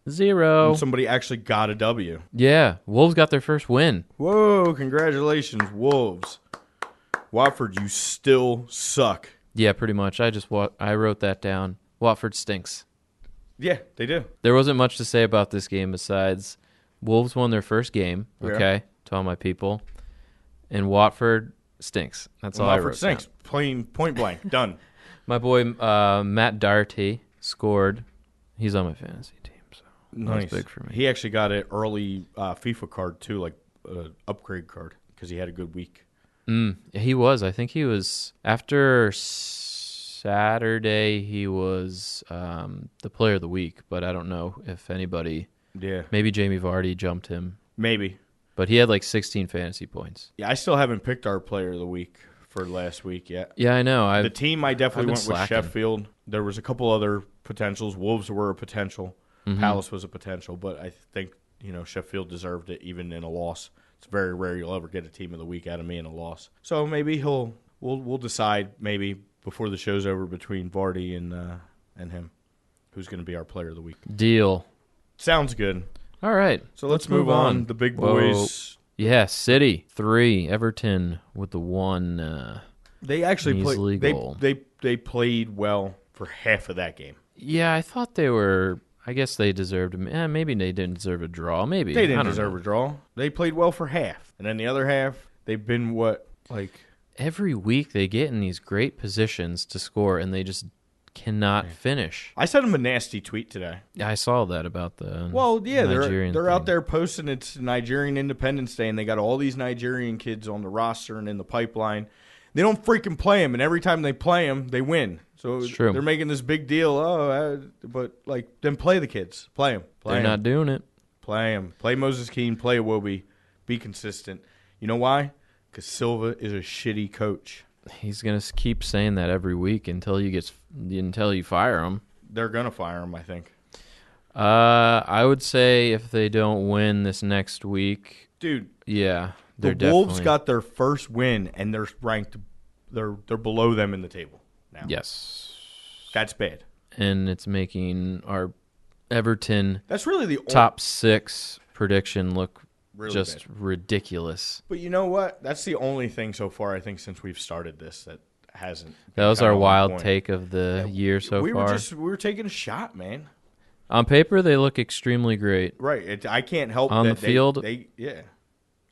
Speaker 1: zero.
Speaker 2: somebody actually got a W.
Speaker 1: Yeah, Wolves got their first win.
Speaker 2: Whoa! Congratulations, Wolves. Watford, you still suck.
Speaker 1: Yeah, pretty much. I just wa- I wrote that down. Watford stinks.
Speaker 2: Yeah, they do.
Speaker 1: There wasn't much to say about this game besides Wolves won their first game.
Speaker 2: Yeah.
Speaker 1: Okay, to all my people, and Watford stinks. That's all I
Speaker 2: Watford
Speaker 1: wrote.
Speaker 2: sinks.
Speaker 1: down.
Speaker 2: Plain point blank. Done.
Speaker 1: My boy uh, Matt Doherty scored. He's on my fantasy team. So.
Speaker 2: Nice.
Speaker 1: big for me.
Speaker 2: He actually got an early uh, FIFA card too, like uh, upgrade card, because he had a good week.
Speaker 1: Mm, he was. I think he was after Saturday. He was um, the player of the week, but I don't know if anybody.
Speaker 2: Yeah,
Speaker 1: Maybe Jamie Vardy jumped him,
Speaker 2: maybe.
Speaker 1: but he had like 16 fantasy points.
Speaker 2: Yeah, I still haven't picked our player of the week for last week yet.
Speaker 1: Yeah, I know. I
Speaker 2: The team I
Speaker 1: I've
Speaker 2: definitely
Speaker 1: been
Speaker 2: went with
Speaker 1: slacking.
Speaker 2: Sheffield. There was a couple other potentials. Wolves were a potential.
Speaker 1: Mm-hmm.
Speaker 2: Palace was a potential, but I think you know Sheffield deserved it even in a loss. It's very rare you'll ever get a team of the week out of me in a loss. So maybe he'll we'll we'll decide maybe before the show's over between Vardy and uh, and him who's going to be our player of the week.
Speaker 1: deal.
Speaker 2: Sounds good.
Speaker 1: All right.
Speaker 2: So let's, move, on. The big
Speaker 1: Whoa.
Speaker 2: boys.
Speaker 1: Yeah, City three, Everton with the one. Uh,
Speaker 2: They actually
Speaker 1: Measly
Speaker 2: played. They,
Speaker 1: goal.
Speaker 2: they they played well for half of that game.
Speaker 1: yeah, I thought they were. I guess they deserved. a- Eh, maybe they didn't deserve a draw. Maybe
Speaker 2: They
Speaker 1: I
Speaker 2: didn't
Speaker 1: don't
Speaker 2: deserve
Speaker 1: know.
Speaker 2: a draw. They played well for half, and then the other half they've been what like
Speaker 1: every week they get in these great positions to score and they just cannot finish.
Speaker 2: I sent him a nasty tweet today.
Speaker 1: I saw that about the
Speaker 2: Well, yeah,
Speaker 1: Nigerian
Speaker 2: they're they're out
Speaker 1: thing.
Speaker 2: there posting it's Nigerian Independence Day, and they got all these Nigerian kids on the roster and in the pipeline. They don't freaking play them, and every time they play them, they win. So
Speaker 1: It's true.
Speaker 2: they're making this big deal. Oh, uh, but like, then play the kids, play them, play
Speaker 1: They're
Speaker 2: them,
Speaker 1: not doing it.
Speaker 2: play them, play Moses Keene, play Awobi, be consistent. You know why? Because Silva is a shitty coach.
Speaker 1: He's gonna s- keep saying that every week until you get until you fire him.
Speaker 2: They're gonna fire him, I think.
Speaker 1: Uh, I would say if they don't win this next week,
Speaker 2: Dude,
Speaker 1: yeah,
Speaker 2: the
Speaker 1: they're
Speaker 2: Wolves
Speaker 1: definitely-
Speaker 2: got their first win, and they're ranked. They're they're below them in the table now.
Speaker 1: yes,
Speaker 2: That's bad.
Speaker 1: and it's making our Everton
Speaker 2: That's really the
Speaker 1: top six prediction look
Speaker 2: Really
Speaker 1: just ridiculous.
Speaker 2: But you know what? That's the only thing so far I think since we've started this that hasn't.
Speaker 1: That was
Speaker 2: been
Speaker 1: our
Speaker 2: on
Speaker 1: wild
Speaker 2: point.
Speaker 1: take of the year so
Speaker 2: we
Speaker 1: far.
Speaker 2: were just we were taking a shot, man.
Speaker 1: On paper, they look extremely great.
Speaker 2: Right. It, I can't help
Speaker 1: On
Speaker 2: that
Speaker 1: the
Speaker 2: they-
Speaker 1: field?
Speaker 2: They yeah.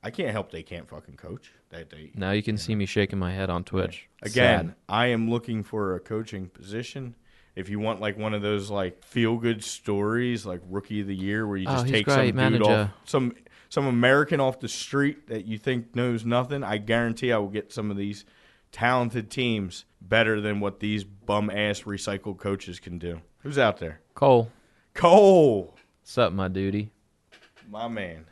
Speaker 2: I can't help they can't fucking coach. That they
Speaker 1: Now you can see me shaking my head on Twitch.
Speaker 2: again.
Speaker 1: Sad.
Speaker 2: I am looking for a coaching position. If you want like one of those like feel good stories, like rookie of the year, where you
Speaker 1: Oh,
Speaker 2: just
Speaker 1: he's
Speaker 2: take
Speaker 1: great,
Speaker 2: some dude off
Speaker 1: manager.
Speaker 2: some some American off the street that you think knows nothing, I guarantee I will get some of these talented teams better than what these bum ass recycled coaches can do. Who's out there?
Speaker 1: Cole,
Speaker 2: Cole,
Speaker 1: what's up, my duty?
Speaker 2: my man.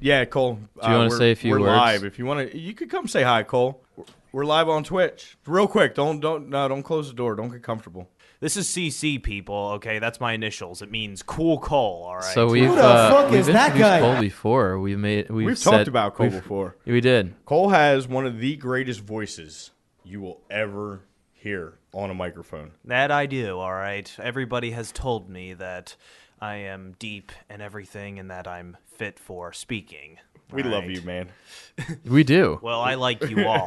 Speaker 2: Yeah, Cole. Do
Speaker 1: you wanna say a few
Speaker 2: we're
Speaker 1: words?
Speaker 2: live. If you want to, you could come say hi, Cole. We're- We're live on Twitch. Real quick, don't don't no, don't close the door. Don't get comfortable.
Speaker 5: This is CC people, okay? That's my initials. It means cool Cole, all right?
Speaker 1: So we've
Speaker 6: the
Speaker 1: uh,
Speaker 6: fuck
Speaker 1: we've
Speaker 6: is that
Speaker 1: introduced
Speaker 6: guy?
Speaker 1: Cole before. We've made we've,
Speaker 2: We've
Speaker 1: said-
Speaker 2: talked about Cole
Speaker 1: we've-
Speaker 2: before.
Speaker 1: We did.
Speaker 2: Cole has one of the greatest voices you will ever hear on a microphone.
Speaker 5: that I do, all right? Everybody has told me that I am deep and everything and that I'm fit for speaking.
Speaker 2: We
Speaker 5: all
Speaker 2: love
Speaker 5: right?
Speaker 2: you, man.
Speaker 1: We do.
Speaker 5: Well, I like you all, all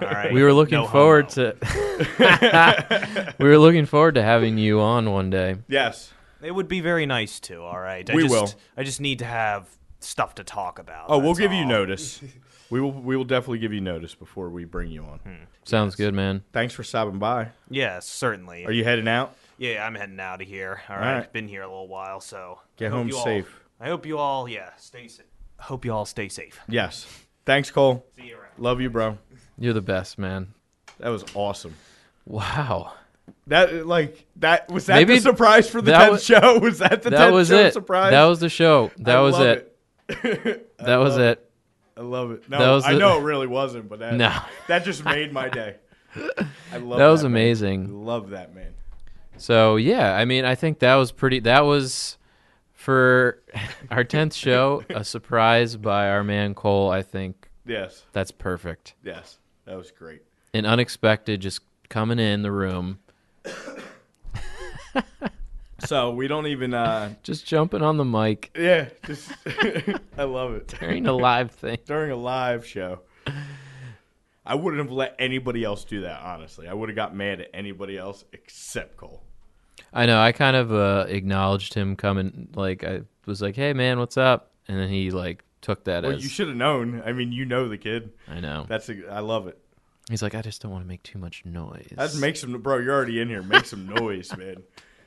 Speaker 5: right?
Speaker 1: we were looking
Speaker 5: No
Speaker 1: forward
Speaker 5: homo.
Speaker 1: to. we were looking forward to having you on one day.
Speaker 2: Yes.
Speaker 5: It would be very nice to, all right? I
Speaker 2: We
Speaker 5: just,
Speaker 2: will.
Speaker 5: I just need to have stuff to talk about.
Speaker 2: Oh, we'll
Speaker 5: that's
Speaker 2: give you
Speaker 5: all.
Speaker 2: notice. We will we will definitely give you notice before we bring you on.
Speaker 5: Hmm.
Speaker 1: Sounds good, man.
Speaker 2: Thanks for stopping by.
Speaker 5: Yes, certainly.
Speaker 2: Are you heading out?
Speaker 5: Yeah, I'm heading out of here. All
Speaker 2: right.
Speaker 5: been here a little while, so
Speaker 2: Get
Speaker 5: I hope
Speaker 2: home
Speaker 5: you all-
Speaker 2: safe.
Speaker 5: I hope you all, yeah, stay safe. Hope you all stay safe.
Speaker 2: Yes. Thanks, Cole.
Speaker 5: See you around.
Speaker 2: Love you, bro.
Speaker 1: You're the best, man.
Speaker 2: That was awesome.
Speaker 1: Wow.
Speaker 2: That like that was that
Speaker 1: Maybe
Speaker 2: the surprise for the
Speaker 1: that
Speaker 2: tenth
Speaker 1: was-
Speaker 2: show? Was that the
Speaker 1: That
Speaker 2: tenth
Speaker 1: was
Speaker 2: show
Speaker 1: it.
Speaker 2: surprise?
Speaker 1: That was the show. That
Speaker 2: I
Speaker 1: was
Speaker 2: love
Speaker 1: it. That was it.
Speaker 2: I love it. No,
Speaker 1: That was
Speaker 2: I
Speaker 1: the-
Speaker 2: know it really wasn't, but that
Speaker 1: No.
Speaker 2: that just made my day. I love
Speaker 1: That was
Speaker 2: man.
Speaker 1: amazing.
Speaker 2: Love that man.
Speaker 1: So yeah, I mean, I think that was pretty. That was for our tenth show, a surprise by our man Cole. I think
Speaker 2: Yes,
Speaker 1: that's perfect
Speaker 2: yes, that was great.
Speaker 1: and unexpected, just coming in the room,
Speaker 2: So we don't even. uh
Speaker 1: just jumping on the mic
Speaker 2: Yeah, just I love it
Speaker 1: during a live thing.
Speaker 2: during a live show. I wouldn't have let anybody else do that. Honestly, I would have got mad at anybody else except Cole.
Speaker 1: I know. I kind of uh, acknowledged him coming. Like I was like, "Hey, man, what's up?" And then he like took that
Speaker 2: Well,
Speaker 1: as
Speaker 2: you should have known. I mean, you know the kid.
Speaker 1: I know.
Speaker 2: That's a, I love it.
Speaker 1: He's like, "I just don't want to make too much noise."
Speaker 2: That makes some bro. You're already in here. Make some noise, man.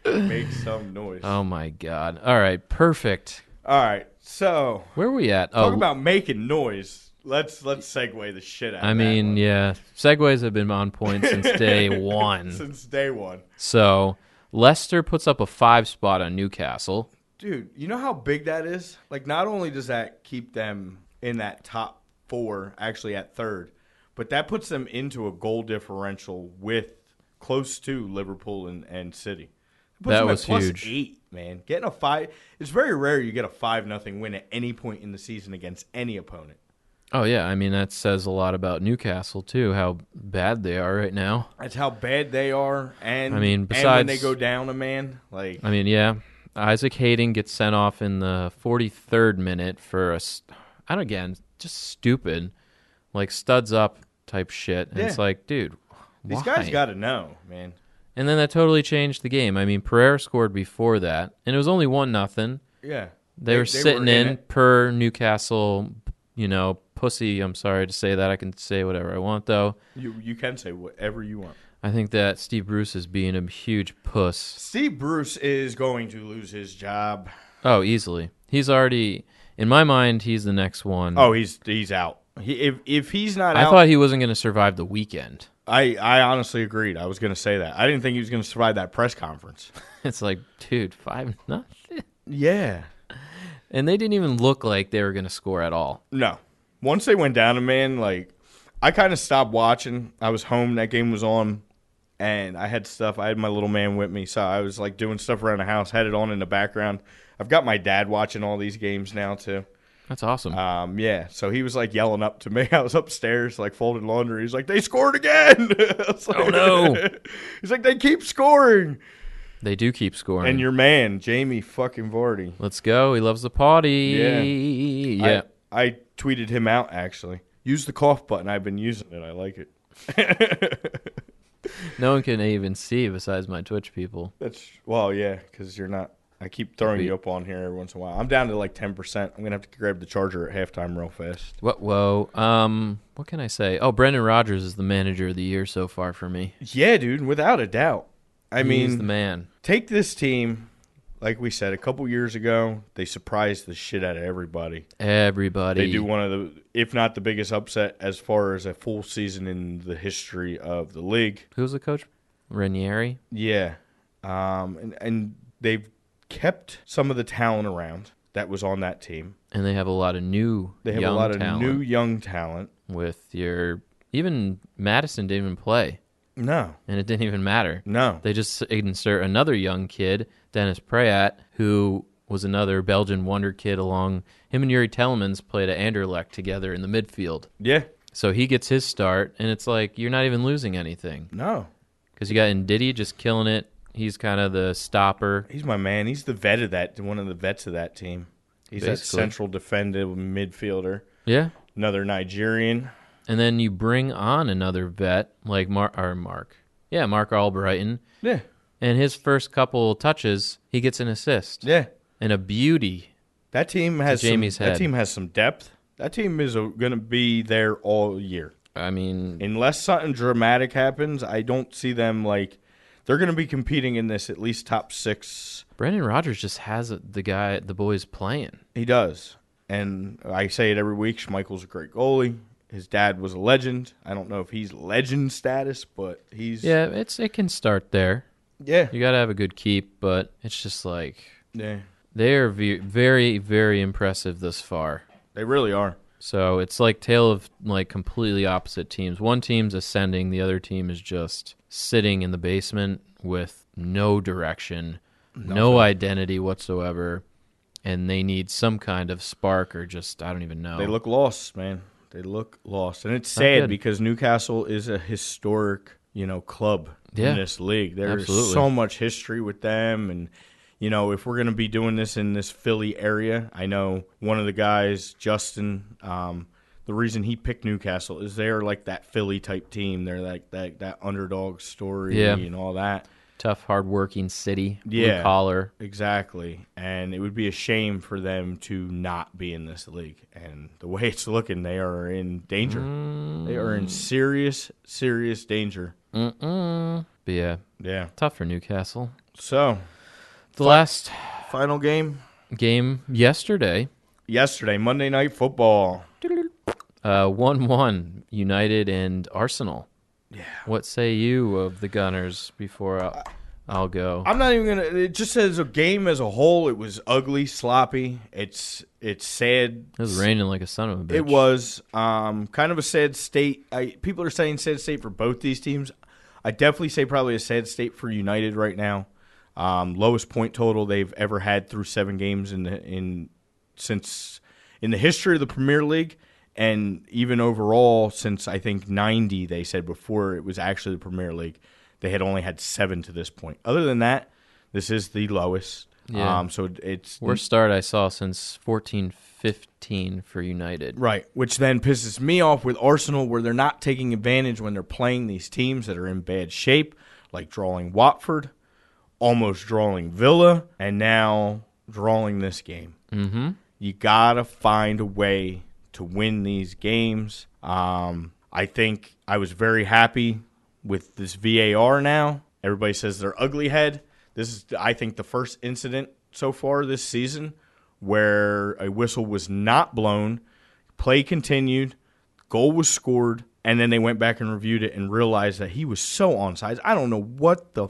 Speaker 2: Make some noise.
Speaker 1: oh my god! All right, perfect.
Speaker 2: All right, so
Speaker 1: Where are we at?
Speaker 2: Talk
Speaker 1: oh,
Speaker 2: about making noise. Let's let's segue the shit out.
Speaker 1: I
Speaker 2: of that
Speaker 1: mean,
Speaker 2: one.
Speaker 1: yeah, segues have been on point since day one.
Speaker 2: since day one,
Speaker 1: So Leicester puts up a five spot on Newcastle.
Speaker 2: dude. You know how big that is. Like, not only does that keep them in that top four, actually at third, but that puts them into a goal differential with close to Liverpool and, and City. It puts
Speaker 1: That
Speaker 2: them at
Speaker 1: was
Speaker 2: plus
Speaker 1: huge.
Speaker 2: Eight, man. Getting a five. It's very rare you get a five nothing win at any point in the season against any opponent.
Speaker 1: Oh yeah, I mean that says a lot about Newcastle too, how bad they are right now.
Speaker 2: That's how bad they are. And
Speaker 1: I mean,
Speaker 2: and when
Speaker 1: besides- Uh,
Speaker 2: they go down a man, like
Speaker 1: I mean, yeah, Isaac Hayden gets sent off in the 43rd minute for a, s- I don't again, just stupid, like studs up type shit. And it's
Speaker 2: Yeah.
Speaker 1: like, dude,
Speaker 2: these
Speaker 1: why?
Speaker 2: guys got to know, man.
Speaker 1: And then that totally changed the game. I mean, Pereira scored before that, and it was only one nothing.
Speaker 2: Yeah.
Speaker 1: They, were sitting
Speaker 2: were
Speaker 1: in,
Speaker 2: it.
Speaker 1: per Newcastle, you know, pussy. I'm sorry to say that. I can say whatever I want though.
Speaker 2: You you can say whatever you want.
Speaker 1: I think that Steve Bruce is being a huge puss.
Speaker 2: Steve Bruce is going to lose his job.
Speaker 1: Oh, easily. He's already in my mind. He's the next one.
Speaker 2: Oh, he's he's out. He, if if he's not
Speaker 1: I
Speaker 2: out,
Speaker 1: thought he wasn't going to survive the weekend.
Speaker 2: I I honestly agreed. I was going to say that. I didn't think he was going to survive that press conference.
Speaker 1: It's like, dude, five nothing,
Speaker 2: Yeah.
Speaker 1: and they didn't even look like they were going to score at all.
Speaker 2: No. Once they went down a man, like I kind of stopped watching. I was home. That game was on, and I had stuff. I had my little man with me, so I was like doing stuff around the house. Had it on in the background. I've got my dad watching all these games now too.
Speaker 1: That's awesome.
Speaker 2: Um, yeah. So he was like yelling up to me. I was upstairs, like folding laundry. He's like, "They scored again!" I was like-
Speaker 1: no.
Speaker 2: He's like, "They keep scoring."
Speaker 1: they do keep scoring.
Speaker 2: And your man, Jamie fucking Vardy.
Speaker 1: Let's go. He loves the potty. Yeah. Yeah.
Speaker 2: I, I tweeted him out actually. Use the cough button. I've been using it. I like it.
Speaker 1: no one can even see besides my Twitch people.
Speaker 2: That's well, yeah, because you're not. I keep throwing
Speaker 1: Be-
Speaker 2: you up on here every once in a while. I'm down to like ten percent. I'm gonna have to grab the charger at halftime real fast.
Speaker 1: What? Whoa. Um. What can I say? Oh, Brendan Rodgers is the manager of the year so far for me.
Speaker 2: Yeah, dude, without a doubt. I
Speaker 1: he's
Speaker 2: mean,
Speaker 1: the man.
Speaker 2: take this team. Like we said a couple years ago, they surprised the shit out of everybody.
Speaker 1: Everybody.
Speaker 2: They do one of the, if not the biggest upset as far as a full season in the history of the league.
Speaker 1: Who's the coach? Ranieri.
Speaker 2: Yeah, um, and, and they've kept some of the talent around that was on that team.
Speaker 1: And they have a lot of new.
Speaker 2: They have
Speaker 1: young
Speaker 2: a lot of
Speaker 1: talent
Speaker 2: new young talent.
Speaker 1: with your. Even Madison didn't even play,
Speaker 2: No,
Speaker 1: and it didn't even matter.
Speaker 2: no,
Speaker 1: They just insert another young kid, Dennis Prayat, who was another Belgian wonder kid. Along him and Yuri Telemans played at Anderlecht together in the midfield,
Speaker 2: yeah,
Speaker 1: so he gets his start, and it's like you're not even losing anything
Speaker 2: no.
Speaker 1: because you got Ndidi just killing it. He's kind of the stopper.
Speaker 2: He's my man. He's the vet of that. One of the vets of that team. He's that
Speaker 1: Basically.
Speaker 2: central defensive midfielder.
Speaker 1: Yeah,
Speaker 2: Another Nigerian.
Speaker 1: and then you bring on another vet like Mar- or Mark, yeah, Mark Albrighton,
Speaker 2: Yeah,
Speaker 1: and his first couple touches, he gets an assist
Speaker 2: yeah.
Speaker 1: and a beauty.
Speaker 2: That team has
Speaker 1: Jamie's
Speaker 2: some,
Speaker 1: head.
Speaker 2: That team has some depth. That team is going to be there all year.
Speaker 1: I mean,
Speaker 2: Unless something dramatic happens, I don't see them like they're going to be competing in this at least top 6.
Speaker 1: Brendan Rodgers just has the guy, the boys playing.
Speaker 2: He does. And I say it every week, Schmeichel's a great goalie. His dad was a legend. I don't know if he's legend status, but he's
Speaker 1: Yeah, it's it can start there.
Speaker 2: yeah.
Speaker 1: You got to have a good keep, but it's just like
Speaker 2: Yeah.
Speaker 1: they are ve- very very impressive thus far.
Speaker 2: They really are.
Speaker 1: So it's like tale of like completely opposite teams. One team's ascending, the other team is just sitting in the basement with no direction, no identity whatsoever, and they need some kind of spark or just I don't even know.
Speaker 2: They look lost, man. They look lost, and it's sad
Speaker 1: good.
Speaker 2: because Newcastle is a historic, you know, club
Speaker 1: Yeah.
Speaker 2: in this league. There's
Speaker 1: Absolutely.
Speaker 2: so much history with them, and you know, if we're going to be doing this in this Philly area, I know one of the guys, Justin. Um, the reason he picked Newcastle is they're like that Philly type team. They're like that that underdog story
Speaker 1: Yeah.
Speaker 2: and all that.
Speaker 1: tough, hardworking city, blue
Speaker 2: Yeah.
Speaker 1: collar.
Speaker 2: Exactly. And it would be a shame for them to not be in this league. And the way it's looking, they are in danger. They are in serious, serious danger.
Speaker 1: Mm-mm. But yeah,
Speaker 2: Yeah.
Speaker 1: tough for Newcastle.
Speaker 2: So,
Speaker 1: The last
Speaker 2: final game
Speaker 1: game yesterday,
Speaker 2: yesterday, Monday Night Football.
Speaker 1: uh, one-one United and Arsenal. Yeah. What say you of the Gunners? Before I'll, I'll go.
Speaker 2: I'm not even gonna. It just says a game as a whole. It was ugly, sloppy. It's it's sad.
Speaker 1: It was raining like a son of a bitch.
Speaker 2: It was um, kind of a sad state. I, people are saying sad state for both these teams. I definitely say probably a sad state for United right now. Um, lowest point total they've ever had through seven games in the in since in the history of the Premier League, and even overall since I think ninety. They said before it was actually the Premier League, they had only had seven to this point. Other than that, this is the lowest.
Speaker 1: Yeah.
Speaker 2: Um, so it's
Speaker 1: Worst start I saw since fourteen fifteen for United.
Speaker 2: Right, which then pisses me off with Arsenal, where they're not taking advantage when they're playing these teams that are in bad shape, like drawing Watford, almost drawing Villa, and now drawing this game. Mm-hmm. You gotta find a way to win these games. Um, I think I was very happy with this VAR now. Everybody says they're ugly head. This is, I think, the first incident so far this season where a whistle was not blown, play continued, goal was scored, and then they went back and reviewed it and realized that he was so onside. I don't know what the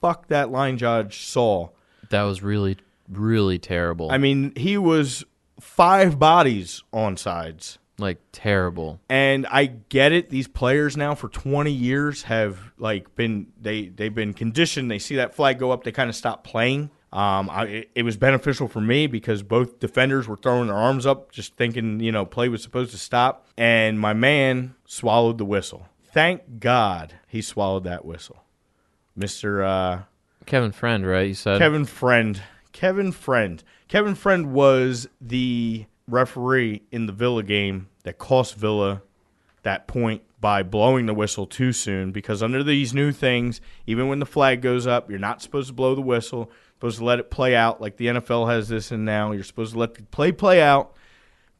Speaker 2: fuck that line judge saw.
Speaker 1: That was really, really terrible.
Speaker 2: I mean, he was five bodies on sides.
Speaker 1: like terrible.
Speaker 2: And I get it. These players now for 20 years have like been they they've been conditioned. They see that flag go up, they kind of stop playing. Um, I, it- it was beneficial for me because both defenders were throwing their arms up, just thinking you know play was supposed to stop. And my man swallowed the whistle. Thank God he swallowed that whistle, Mister. Uh,
Speaker 1: Kevin Friend, right? You said
Speaker 2: Kevin Friend. Kevin Friend. Kevin Friend was the referee in the Villa game that cost Villa that point by blowing the whistle too soon because under these new things, even when the flag goes up, you're not supposed to blow the whistle. You're supposed to let it play out like the NFL has this and now you're supposed to let the play play out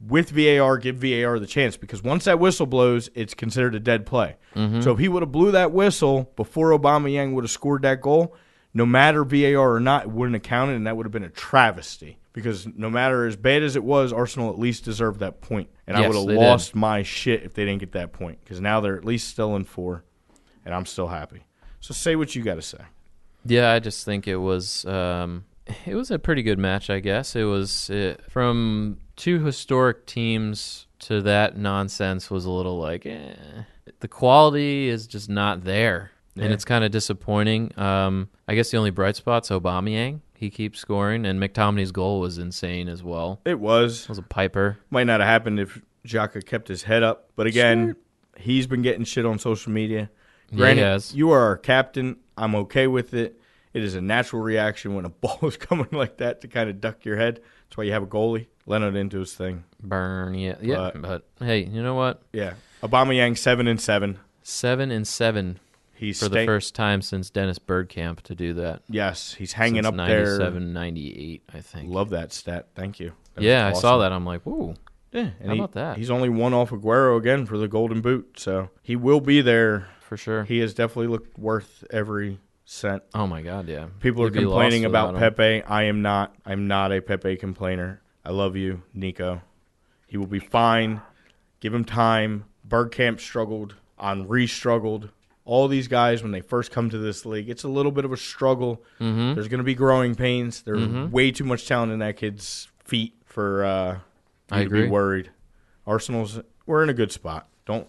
Speaker 2: with VAR, give VAR the chance because once that whistle blows, it's considered a dead play.
Speaker 1: Mm-hmm.
Speaker 2: So if he would have blew that whistle before Obama Yang would have scored that goal, no matter VAR or not, it wouldn't have counted, and that would have been a travesty. Because no matter as bad as it was, Arsenal at least deserved that point, and I
Speaker 1: Yes,
Speaker 2: would have
Speaker 1: they did.
Speaker 2: lost my shit if they didn't get that point. Because now they're at least still in four, and I'm still happy. So say what you got to say.
Speaker 1: Yeah, I just think it was um, it was a pretty good match. I guess it was uh from two historic teams to that nonsense was a little like eh. the quality is just not there, and it's kind of disappointing. Um, I guess the only bright spot's Aubameyang. He keeps scoring, and McTominay's goal was insane as well.
Speaker 2: It was
Speaker 1: It was a piper.
Speaker 2: Might not have happened if Jaka kept his head up. But again, he's been getting shit on social media.
Speaker 1: he
Speaker 2: Granted,
Speaker 1: has.
Speaker 2: you are our captain. I'm okay with it. It is a natural reaction when a ball is coming like that to kind of duck your head. That's why you have a goalie. Leonard into his thing.
Speaker 1: Burn, yeah, yeah.
Speaker 2: But-
Speaker 1: But hey, you know what?
Speaker 2: Yeah. Obama Yang seven and seven.
Speaker 1: Seven and seven
Speaker 2: He's
Speaker 1: for the
Speaker 2: staying-
Speaker 1: first time since Dennis Bergkamp to do that.
Speaker 2: Yes, he's hanging
Speaker 1: since
Speaker 2: up there.
Speaker 1: 97, 98, I think.
Speaker 2: Love that stat. Thank you. That
Speaker 1: yeah,
Speaker 2: was
Speaker 1: I saw
Speaker 2: awesome.
Speaker 1: that. I'm like, whoa.
Speaker 2: Yeah, and
Speaker 1: How
Speaker 2: he-
Speaker 1: about that?
Speaker 2: He's only one off Aguero again for the Golden Boot, so he will be there.
Speaker 1: For sure.
Speaker 2: He has definitely looked worth every cent.
Speaker 1: oh my god, yeah.
Speaker 2: People are
Speaker 1: You'd be lost
Speaker 2: complaining about
Speaker 1: without him.
Speaker 2: Pepe. I am not. I'm not a Pepe complainer. I love you, Nico. He will be fine. Give him time. Bergkamp struggled. Henri struggled. All these guys, when they first come to this league, it's a little bit of a struggle.
Speaker 1: Mm-hmm.
Speaker 2: There's going to be growing pains. There's way too much talent in that kid's feet for uh, you
Speaker 1: I
Speaker 2: to
Speaker 1: agree.
Speaker 2: be worried. Arsenal's we're in a good spot. Don't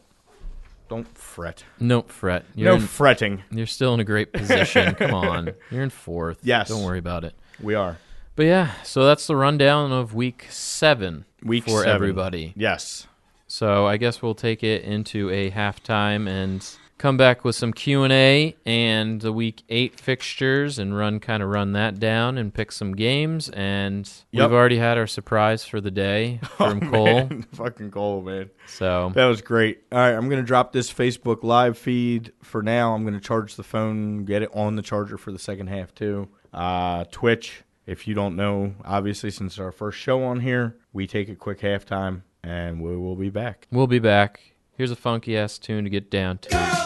Speaker 2: don't fret.
Speaker 1: Nope, fret. You're
Speaker 2: no
Speaker 1: in,
Speaker 2: fretting.
Speaker 1: you're still in a great position. Come on. You're in fourth.
Speaker 2: Yes.
Speaker 1: Don't worry about it.
Speaker 2: We are
Speaker 1: But yeah, so that's the rundown of week 7
Speaker 2: week
Speaker 1: for
Speaker 2: seven.
Speaker 1: everybody.
Speaker 2: Yes.
Speaker 1: So I guess we'll take it into a halftime and come back with some Q&A and the week 8 fixtures and run kind of run that down and pick some games and
Speaker 2: Yep. Oh,
Speaker 1: we've already had our surprise for the day from Cole.
Speaker 2: Man, fucking Cole, man.
Speaker 1: So
Speaker 2: That was great. All right, I'm going to drop this Facebook live feed for now. I'm going to charge the phone, get it on the charger for the second half, too. Uh, Twitch, if you don't know, obviously, since it's our first show on here, we take a quick halftime and we will be back.
Speaker 1: we'll be back. Here's a funky ass tune to get down to.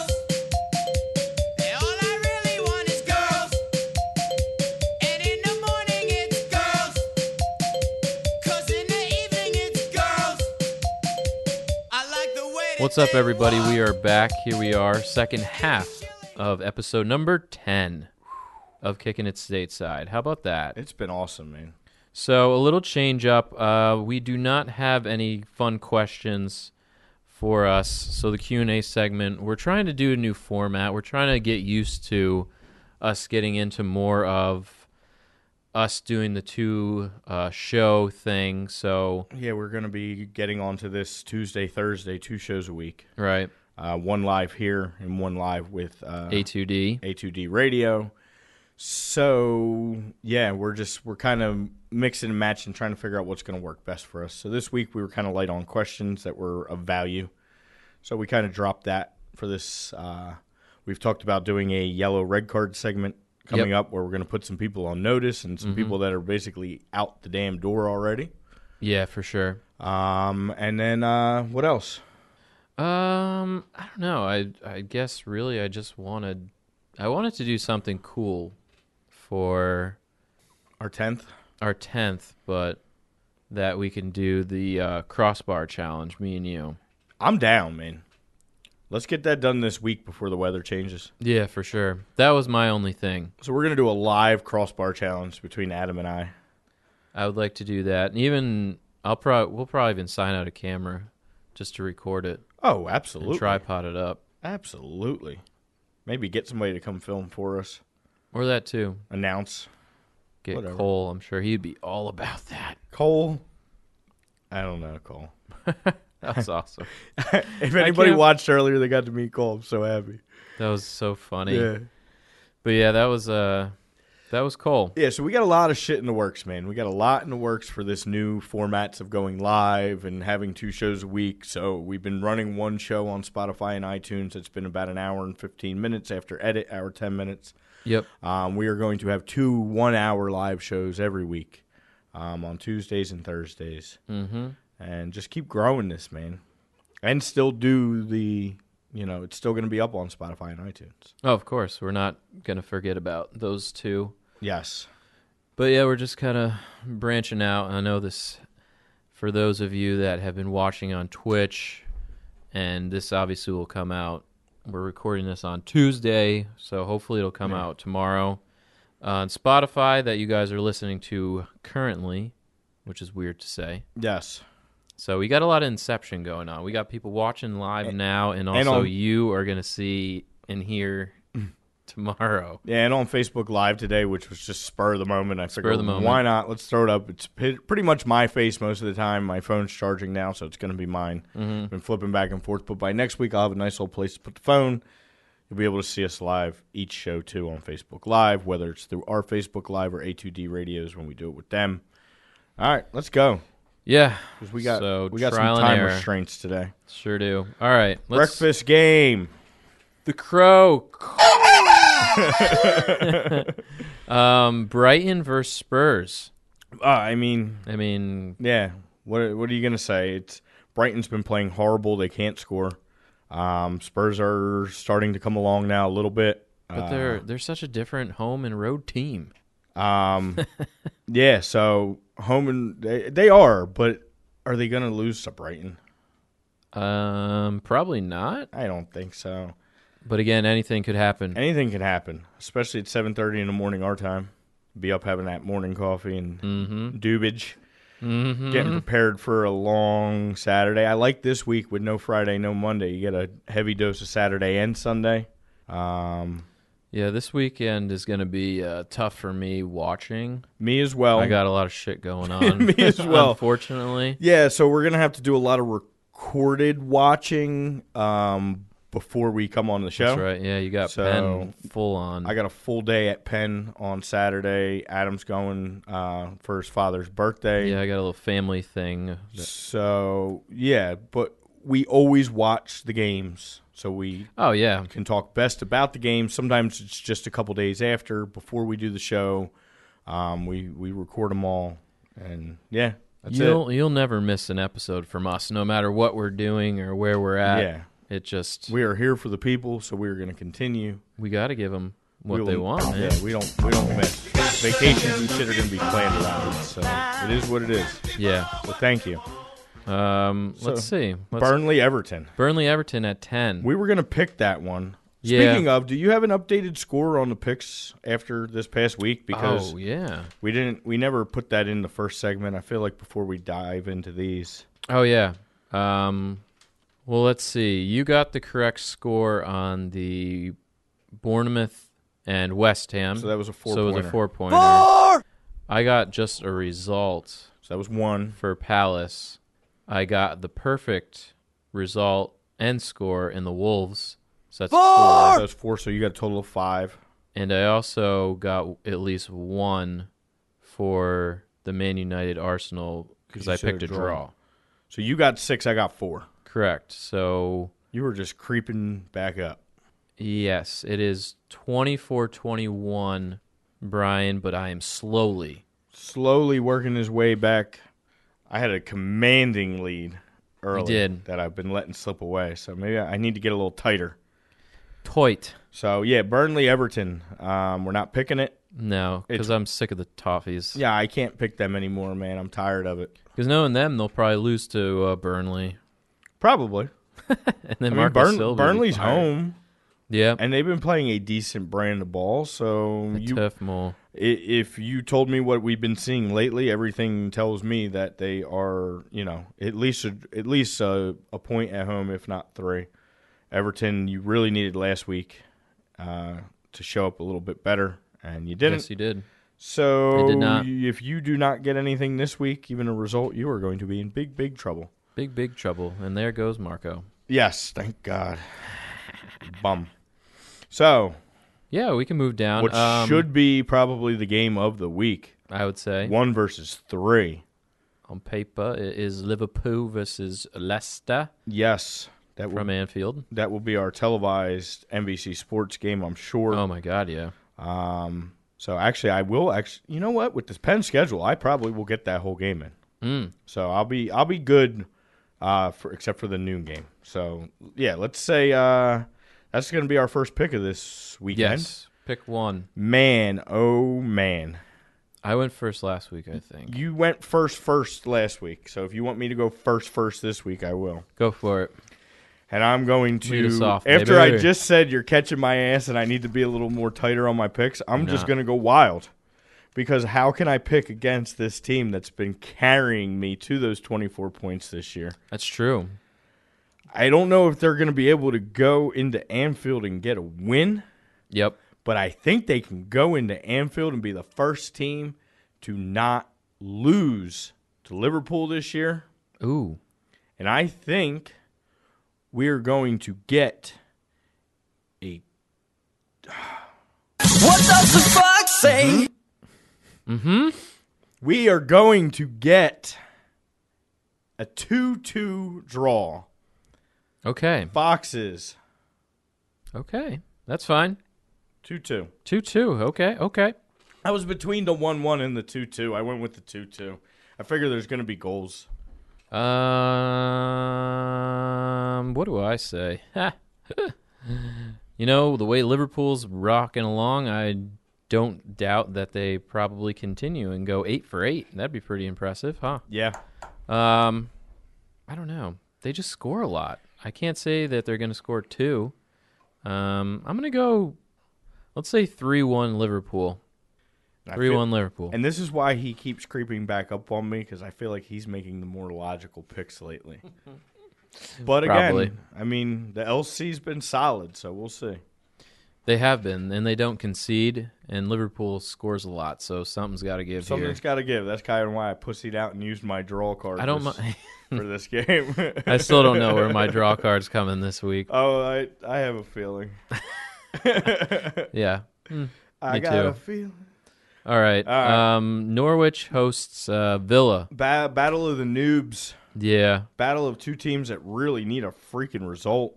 Speaker 1: What's up, everybody? We are back. Here we are, second half of episode number 10 of Kicking It Stateside. How about that?
Speaker 2: It's been awesome, man.
Speaker 1: So a little change up. Uh, we do not have any fun questions for us. So the Q and A segment, we're trying to do a new format. We're trying to get used to us getting into more of us doing the two uh, show thing. So
Speaker 2: Yeah, we're going to be getting onto this Tuesday, Thursday, two shows a week.
Speaker 1: right,
Speaker 2: Uh, one live here and one live with uh,
Speaker 1: A two D.
Speaker 2: A2D Radio. So yeah, we're just we're kind of mixing and matching, trying to figure out what's going to work best for us. So this week we were kind of light on questions that were of value, so we kind of dropped that for this. Uh, we've talked about doing a yellow red card segment coming up where we're going to put some people on notice and some people that are basically out the damn door already.
Speaker 1: Yeah, for sure.
Speaker 2: Um, and then uh, what else?
Speaker 1: Um, I don't know. I I guess really I just wanted I wanted to do something cool for
Speaker 2: Our tenth.
Speaker 1: our 10th, but that we can do the uh, crossbar challenge me and you.
Speaker 2: I'm down, man. Let's get that done this week before the weather changes.
Speaker 1: Yeah, for sure. That was my only thing.
Speaker 2: So we're gonna do a live crossbar challenge between Adam and I.
Speaker 1: I would like to do that. And even I'll probably we'll probably even sign out a camera just to record it
Speaker 2: Oh,
Speaker 1: and
Speaker 2: absolutely.
Speaker 1: tripod it up.
Speaker 2: Absolutely. Maybe get somebody to come film for us.
Speaker 1: Or that too.
Speaker 2: Announce
Speaker 1: Get
Speaker 2: Whatever.
Speaker 1: Cole. I'm sure he'd be all about that.
Speaker 2: Cole. I don't know Cole.
Speaker 1: That's awesome.
Speaker 2: If anybody
Speaker 1: can't-
Speaker 2: watched earlier, they got to meet Cole. I'm so happy.
Speaker 1: That was so funny.
Speaker 2: Yeah.
Speaker 1: But yeah, that was uh that was Cole.
Speaker 2: Yeah, so we got a lot of shit in the works, man. We got a lot in the works for this new formats of going live and having two shows a week. So we've been running one show on Spotify and iTunes that's been about an hour and 15 minutes after edit, hour 10 minutes.
Speaker 1: Yep.
Speaker 2: Um, we are going to have two one hour live shows every week um, on Tuesdays and Thursdays.
Speaker 1: Mhm.
Speaker 2: And just keep growing this, man. And still do the, you know, it's still going to be up on Spotify and iTunes.
Speaker 1: Oh, of course. We're not going to forget about those two.
Speaker 2: Yes.
Speaker 1: But yeah, we're just kind of branching out. I know this for those of you that have been watching on Twitch, and this obviously will come out. We're recording this on Tuesday, so hopefully it'll come out tomorrow. on Spotify, that you guys are listening to currently, which is weird to say.
Speaker 2: Yes.
Speaker 1: So we got a lot of Inception going on. We got people watching live now, and also
Speaker 2: and on- Mm.
Speaker 1: you are going to see and hear tomorrow.
Speaker 2: Yeah, and on Facebook Live today, which was just spur of the moment. I figured,
Speaker 1: of the moment.
Speaker 2: why not? Let's throw it up. It's p- pretty much my face most of the time. My phone's charging now, so it's going to be mine.
Speaker 1: Mm-hmm.
Speaker 2: I've been flipping back and forth, but by next week, I'll have a nice little place to put the phone. You'll be able to see us live each show too on Facebook Live, whether it's through our Facebook Live or A2D Radios when we do it with them. All right, let's go.
Speaker 1: Yeah,
Speaker 2: 'Cause We got
Speaker 1: so
Speaker 2: we got some
Speaker 1: trial and
Speaker 2: time
Speaker 1: error.
Speaker 2: restraints today.
Speaker 1: Sure do. All right, let's-
Speaker 2: Breakfast game.
Speaker 1: The Crow. um, Brighton versus Spurs.
Speaker 2: Uh, I mean,
Speaker 1: I mean,
Speaker 2: Yeah. What What are you gonna say? It's Brighton's been playing horrible. They can't score. Um, Spurs are starting to come along now a little bit.
Speaker 1: but they're they're such a different home and road team.
Speaker 2: Um, yeah. So home and they, they are, but are they gonna lose to Brighton?
Speaker 1: Um, probably not.
Speaker 2: I don't think so.
Speaker 1: But again, anything could happen.
Speaker 2: Anything can happen, especially at seven thirty in the morning our time. Be up having that morning coffee and doobage. Getting prepared for a long Saturday. I like this week with no Friday, no Monday. You get a heavy dose of Saturday and Sunday. Um,
Speaker 1: Yeah, this weekend is going to be uh, tough for me watching.
Speaker 2: me as well.
Speaker 1: I got a lot of shit going on.
Speaker 2: Mm. Me as well.
Speaker 1: Unfortunately,
Speaker 2: yeah, so we're gonna have to do a lot of recorded watching um, before we come on the show.
Speaker 1: that's right. Yeah, you got
Speaker 2: So-
Speaker 1: Penn full on.
Speaker 2: I got a full day at Penn on Saturday. Adam's going uh, for his father's birthday.
Speaker 1: yeah, I got a little family thing.
Speaker 2: So yeah, but we always watch the games, so we
Speaker 1: Oh yeah,
Speaker 2: can talk best about the game. Sometimes it's just a couple days after before we do the show. Um, we we record them all, and yeah, that's
Speaker 1: you'll you'll never miss an episode from us, no matter what we're doing or where we're at.
Speaker 2: Yeah.
Speaker 1: it just
Speaker 2: it.
Speaker 1: we,
Speaker 2: We are here for the people, so we are going to continue.
Speaker 1: got to give them what
Speaker 2: We
Speaker 1: they
Speaker 2: will-
Speaker 1: want, man.
Speaker 2: Yeah, we don't we don't miss vacations and shit are going to be planned around us. So it is what it is.
Speaker 1: Yeah.
Speaker 2: So thank you,
Speaker 1: Um. let's
Speaker 2: So,
Speaker 1: see. Let's,
Speaker 2: Burnley Everton.
Speaker 1: Burnley Everton at ten.
Speaker 2: We were going to pick that one.
Speaker 1: Yeah.
Speaker 2: Speaking of, do you have an updated score on the picks after this past week? Because
Speaker 1: oh yeah.
Speaker 2: we didn't, we never put that in the first segment. I feel like before we dive into these,
Speaker 1: Oh yeah. Um. Well, let's see. You got the correct score on the Bournemouth and West Ham.
Speaker 2: So that was a
Speaker 1: So it was
Speaker 2: four-pointer.
Speaker 1: a four pointer. I got just a result.
Speaker 2: so that was one.
Speaker 1: for Palace. I got the perfect result and score in the Wolves. So that's four.
Speaker 2: So that's four. So you got a total of five.
Speaker 1: And I also got at least one for the Man United Arsenal because
Speaker 2: you
Speaker 1: I
Speaker 2: said
Speaker 1: picked
Speaker 2: a
Speaker 1: a
Speaker 2: draw.
Speaker 1: draw.
Speaker 2: So you got six. I got four.
Speaker 1: Correct. So,
Speaker 2: You were just creeping back up.
Speaker 1: yes, it is 24 21, Brian, but I am slowly.
Speaker 2: Slowly working his way back. I had a commanding lead early
Speaker 1: did.
Speaker 2: that I've been letting slip away. So maybe I I need to get a little tighter.
Speaker 1: Toit.
Speaker 2: So yeah, Burnley Everton. Um, we're not picking it.
Speaker 1: No, because I'm sick of the toffees.
Speaker 2: Yeah, I can't pick them anymore, man. I'm tired of it.
Speaker 1: Because knowing them, they'll probably lose to uh, Burnley.
Speaker 2: Probably.
Speaker 1: And then
Speaker 2: I mean,
Speaker 1: Marco
Speaker 2: Burn-
Speaker 1: Silva's
Speaker 2: Burnley's
Speaker 1: fired.
Speaker 2: home,
Speaker 1: Yeah.
Speaker 2: and they've been playing a decent brand of ball. So
Speaker 1: The
Speaker 2: you,
Speaker 1: tough mole.
Speaker 2: i- if you told me what we've been seeing lately, everything tells me that they are, you know, at least a, at least a, a point at home, if not three. Everton, you really needed last week uh, to show up a little bit better, and you didn't.
Speaker 1: Yes, you did.
Speaker 2: so
Speaker 1: They did not.
Speaker 2: y- if you do not get anything this week, even a result, you are going to be in big, big trouble.
Speaker 1: Big, big trouble. And there goes Marco.
Speaker 2: Yes, thank God. Bum. So,
Speaker 1: Yeah, we can move down.
Speaker 2: which
Speaker 1: Um,
Speaker 2: should be probably the game of the week,
Speaker 1: I would say
Speaker 2: one versus three.
Speaker 1: on paper it is Liverpool versus Leicester
Speaker 2: Yes, that will
Speaker 1: from Anfield.
Speaker 2: that will be our televised NBC Sports game, I'm sure.
Speaker 1: Oh my God, yeah.
Speaker 2: Um, so actually, I will actually. You know what? With this Penn schedule, I probably will get that whole game in.
Speaker 1: Mm.
Speaker 2: So I'll be I'll be good, uh, for except for the noon game. So yeah, let's say uh, that's going to be our first pick of this weekend.
Speaker 1: Yes. Pick one.
Speaker 2: Man, oh man,
Speaker 1: I went first last week, I think.
Speaker 2: you went first first last week. So if you want me to go first first this week, I will.
Speaker 1: Go for it.
Speaker 2: And I'm going to
Speaker 1: Lead us off,
Speaker 2: after
Speaker 1: baby.
Speaker 2: I just said you're catching my ass and I need to be a little more tighter on my picks. I'm
Speaker 1: You're
Speaker 2: just
Speaker 1: not.
Speaker 2: going to go wild because how can I pick against this team that's been carrying me to those 24 points this year?
Speaker 1: That's true.
Speaker 2: I don't know if they're going to be able to go into Anfield and get a win,
Speaker 1: Yep.
Speaker 2: but I think they can go into Anfield and be the first team to not lose to Liverpool this year.
Speaker 1: Ooh.
Speaker 2: And I think we are going to get a
Speaker 6: What does the fuck
Speaker 1: Mm-hmm.
Speaker 6: say?
Speaker 2: we are going to get a 2-2 draw.
Speaker 1: Okay.
Speaker 2: Boxes
Speaker 1: Okay. That's fine.
Speaker 2: 2-2.
Speaker 1: Two two. Okay. Okay.
Speaker 2: I was between the 1-1 and the 2-2. I went with the 2-2. I figure there's going to be goals.
Speaker 1: Um, what do I say? Ha. you know, the way Liverpool's rocking along, I don't doubt that they probably continue and go eight for eight. That'd be pretty impressive, huh?
Speaker 2: Yeah.
Speaker 1: Um, I don't know. They just score a lot. I can't say that they're going to score two. Um, I'm going to go, let's say 3 1 Liverpool.
Speaker 2: And I
Speaker 1: 3
Speaker 2: feel-
Speaker 1: 1 Liverpool.
Speaker 2: And this is why he keeps creeping back up on me because I feel like he's making the more logical picks lately. But
Speaker 1: Probably.
Speaker 2: again, I mean, the LC's been solid, so we'll see.
Speaker 1: They have been, and they don't concede, and Liverpool scores a lot, so something's got to give here.
Speaker 2: Something's got to give. That's kind of why I pussied out and used my draw card.
Speaker 1: I don't
Speaker 2: this-
Speaker 1: mind.
Speaker 2: for this game.
Speaker 1: I still don't know where my draw card's coming this week.
Speaker 2: oh, I I have a feeling.
Speaker 1: Yeah.
Speaker 2: I
Speaker 1: Me
Speaker 2: got
Speaker 1: too.
Speaker 2: a feeling.
Speaker 1: All right.
Speaker 2: right.
Speaker 1: Um, Norwich hosts uh, Villa.
Speaker 2: Ba- battle of the noobs.
Speaker 1: Yeah.
Speaker 2: Battle of two teams that really need a freaking result.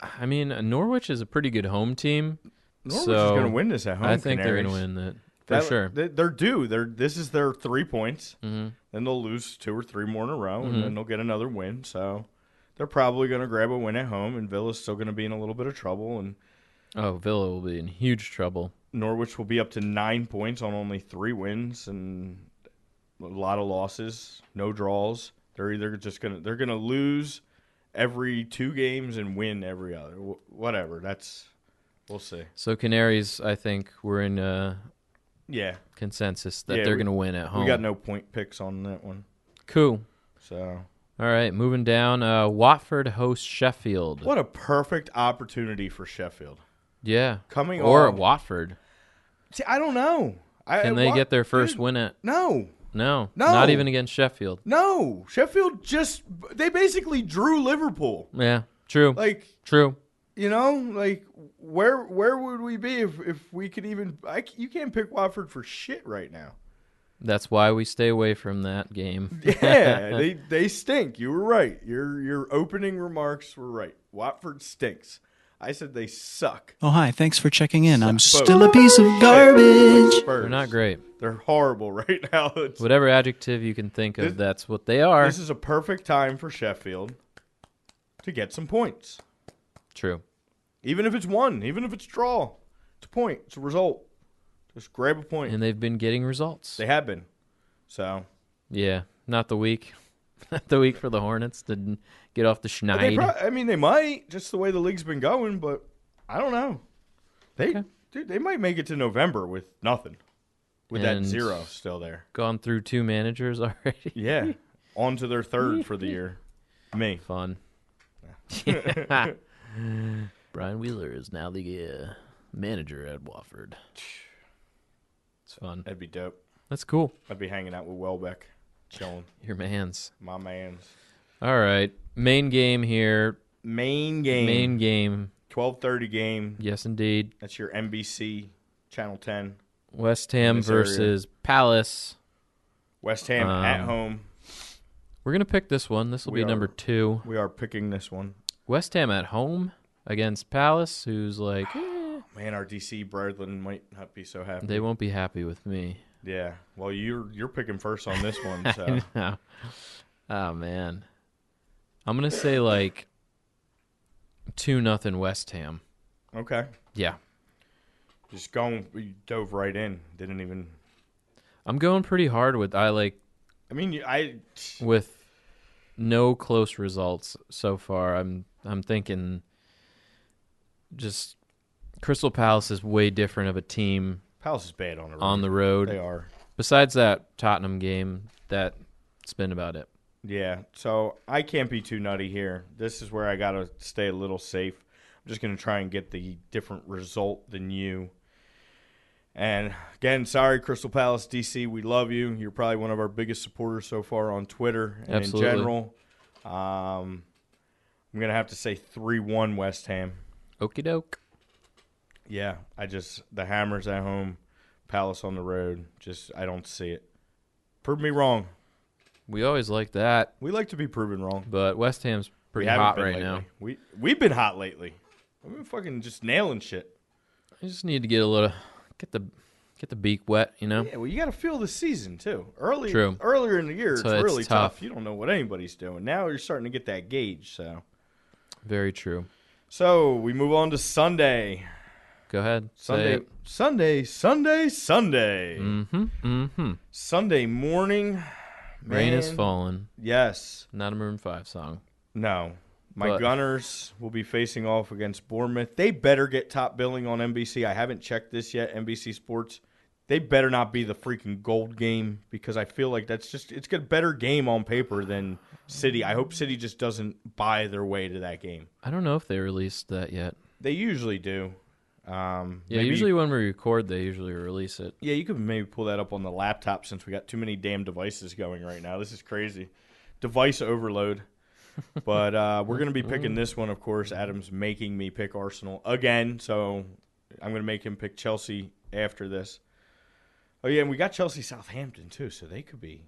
Speaker 1: I mean, Norwich is a pretty good home team.
Speaker 2: Norwich
Speaker 1: so
Speaker 2: is going to win this at home.
Speaker 1: I think they're
Speaker 2: Canaries.
Speaker 1: going to win that for
Speaker 2: That-
Speaker 1: sure.
Speaker 2: They, they're due. They're this is their three points. Mm-hmm. Then they'll lose two or three more in a row,
Speaker 1: Mm-hmm.
Speaker 2: and then they'll get another win. So they're probably going to grab a win at home, and Villa's still going to be in a little bit of trouble, and
Speaker 1: oh, Villa will be in huge trouble.
Speaker 2: Norwich will be up to nine points on only three wins and a lot of losses, no draws. They're either just gonna they're gonna lose every two games and win every other. Wh- Whatever. That's we'll see.
Speaker 1: So Canaries, I think, we're in uh,
Speaker 2: Yeah,
Speaker 1: consensus that
Speaker 2: Yeah,
Speaker 1: they're
Speaker 2: we-
Speaker 1: going to win at home.
Speaker 2: we got no point picks on that one.
Speaker 1: cool.
Speaker 2: So
Speaker 1: All right, moving down. Uh, Watford hosts Sheffield.
Speaker 2: what a perfect opportunity for Sheffield.
Speaker 1: Yeah.
Speaker 2: Coming
Speaker 1: or
Speaker 2: off-
Speaker 1: Watford.
Speaker 2: See, I don't know. I,
Speaker 1: Can they
Speaker 2: Wa-
Speaker 1: get their first
Speaker 2: Dude,
Speaker 1: win at?
Speaker 2: No,
Speaker 1: No,
Speaker 2: No.
Speaker 1: not even against Sheffield.
Speaker 2: no. Sheffield just they basically drew Liverpool.
Speaker 1: Yeah, true,
Speaker 2: Like
Speaker 1: true.
Speaker 2: you know like where where would we be if, if we could even I, c- you can't pick Watford for shit right now
Speaker 1: That's why we stay away from that game.
Speaker 2: yeah they they stink you were right your your opening remarks were right Watford stinks I said they suck
Speaker 6: Oh, hi. Thanks for checking in. I'm
Speaker 2: Suck both.
Speaker 6: still a piece of garbage.
Speaker 1: They're not great.
Speaker 2: They're horrible right now. It's-
Speaker 1: Whatever adjective you can think of,
Speaker 2: This-
Speaker 1: that's what they are.
Speaker 2: this is a perfect time for Sheffield to get some points.
Speaker 1: True.
Speaker 2: Even if it's one, even if it's draw, it's a point. It's a result. Just grab a point.
Speaker 1: And they've been getting results.
Speaker 2: they have been. So
Speaker 1: yeah, not the week. Not the week for the Hornets to get off the
Speaker 2: they
Speaker 1: schneid.
Speaker 2: prob- I mean, they might just the way the league's been going, but I don't know. They dude, they might make it to November with nothing, with that
Speaker 1: And-
Speaker 2: zero still there.
Speaker 1: Gone through two managers already.
Speaker 2: Yeah, on to their third for the year. Me,
Speaker 1: Fun. Brian Wheeler is now the uh, manager at Wofford. It's fun.
Speaker 2: that'd be dope.
Speaker 1: That's cool.
Speaker 2: I'd be hanging out with Welbeck, chilling,
Speaker 1: Your man's.
Speaker 2: my man's.
Speaker 1: All right. Main game here.
Speaker 2: Main game,
Speaker 1: Main game.
Speaker 2: twelve thirty game.
Speaker 1: Yes, indeed.
Speaker 2: That's your NBC Channel Ten.
Speaker 1: West Ham
Speaker 2: Yes, sir.
Speaker 1: versus Palace.
Speaker 2: West Ham at home.
Speaker 1: We're going to pick this one. This will
Speaker 2: We
Speaker 1: be number
Speaker 2: are-
Speaker 1: two.
Speaker 2: We are picking this one.
Speaker 1: West Ham at home against Palace, who's like, eh,
Speaker 2: Man, our DC Bradlin might not be so happy.
Speaker 1: they won't be happy with me.
Speaker 2: Yeah. Well, you're you're picking first on this one, so
Speaker 1: oh man i'm gonna say like two nothing west ham
Speaker 2: okay.
Speaker 1: yeah
Speaker 2: Just going, you dove right in. Didn't even.
Speaker 1: i'm going pretty hard with i like
Speaker 2: I mean, you- I
Speaker 1: with no close results so far i'm i'm thinking just crystal palace is way different of a team
Speaker 2: Palace is bad on the road.
Speaker 1: on the road
Speaker 2: they are.
Speaker 1: besides that tottenham game that's been about it
Speaker 2: Yeah. So I can't be too nutty here. This is where I gotta stay a little safe. I'm just gonna try and get the different result than you. And again, sorry, Crystal Palace DC. We love you. You're probably one of our biggest supporters so far on Twitter and
Speaker 1: Absolutely.
Speaker 2: in general. Um, I'm gonna have to say three-one West Ham.
Speaker 1: okie doke
Speaker 2: Yeah, I just the Hammers at home, Palace on the road. Just I don't see it. Prove me wrong.
Speaker 1: we always like that
Speaker 2: We like to be proven wrong.
Speaker 1: but west ham's
Speaker 2: We
Speaker 1: pretty
Speaker 2: haven't
Speaker 1: hot
Speaker 2: been
Speaker 1: right
Speaker 2: lately.
Speaker 1: now
Speaker 2: We we've been hot lately. We've been fucking just nailing shit.
Speaker 1: I just need to get a little get the get the beak wet, you know.
Speaker 2: Yeah, well, you got to feel the season too. Early,
Speaker 1: True.
Speaker 2: earlier in the year,
Speaker 1: So
Speaker 2: it's
Speaker 1: it's
Speaker 2: really tough.
Speaker 1: tough.
Speaker 2: You don't know what anybody's doing. Now you're starting to get that gauge. So,
Speaker 1: Very true.
Speaker 2: so we move on to Sunday.
Speaker 1: Go ahead.
Speaker 2: Sunday, Sunday, Sunday, Sunday,
Speaker 1: Mm-hmm. Mm-hmm.
Speaker 2: Sunday morning.
Speaker 1: Rain is
Speaker 2: Man.
Speaker 1: falling.
Speaker 2: Yes.
Speaker 1: Not a Maroon Five song.
Speaker 2: No. My
Speaker 1: But-
Speaker 2: Gunners will be facing off against Bournemouth. They better get top billing on NBC. I haven't checked this yet, NBC Sports. They better not be the freaking gold game because I feel like that's just it's got a better game on paper than City. I hope City just doesn't buy their way to that game.
Speaker 1: I don't know if they released that yet.
Speaker 2: They usually do. Um,
Speaker 1: Yeah,
Speaker 2: maybe-
Speaker 1: usually when we record, they usually release it.
Speaker 2: Yeah, you could maybe pull that up on the laptop since we got too many damn devices going right now. This is crazy. Device overload. But uh, we're going to be picking this one, of course. Adam's making me pick Arsenal again, so I'm going to make him pick Chelsea after this. Oh, yeah, and we got Chelsea Southampton, too, so they could be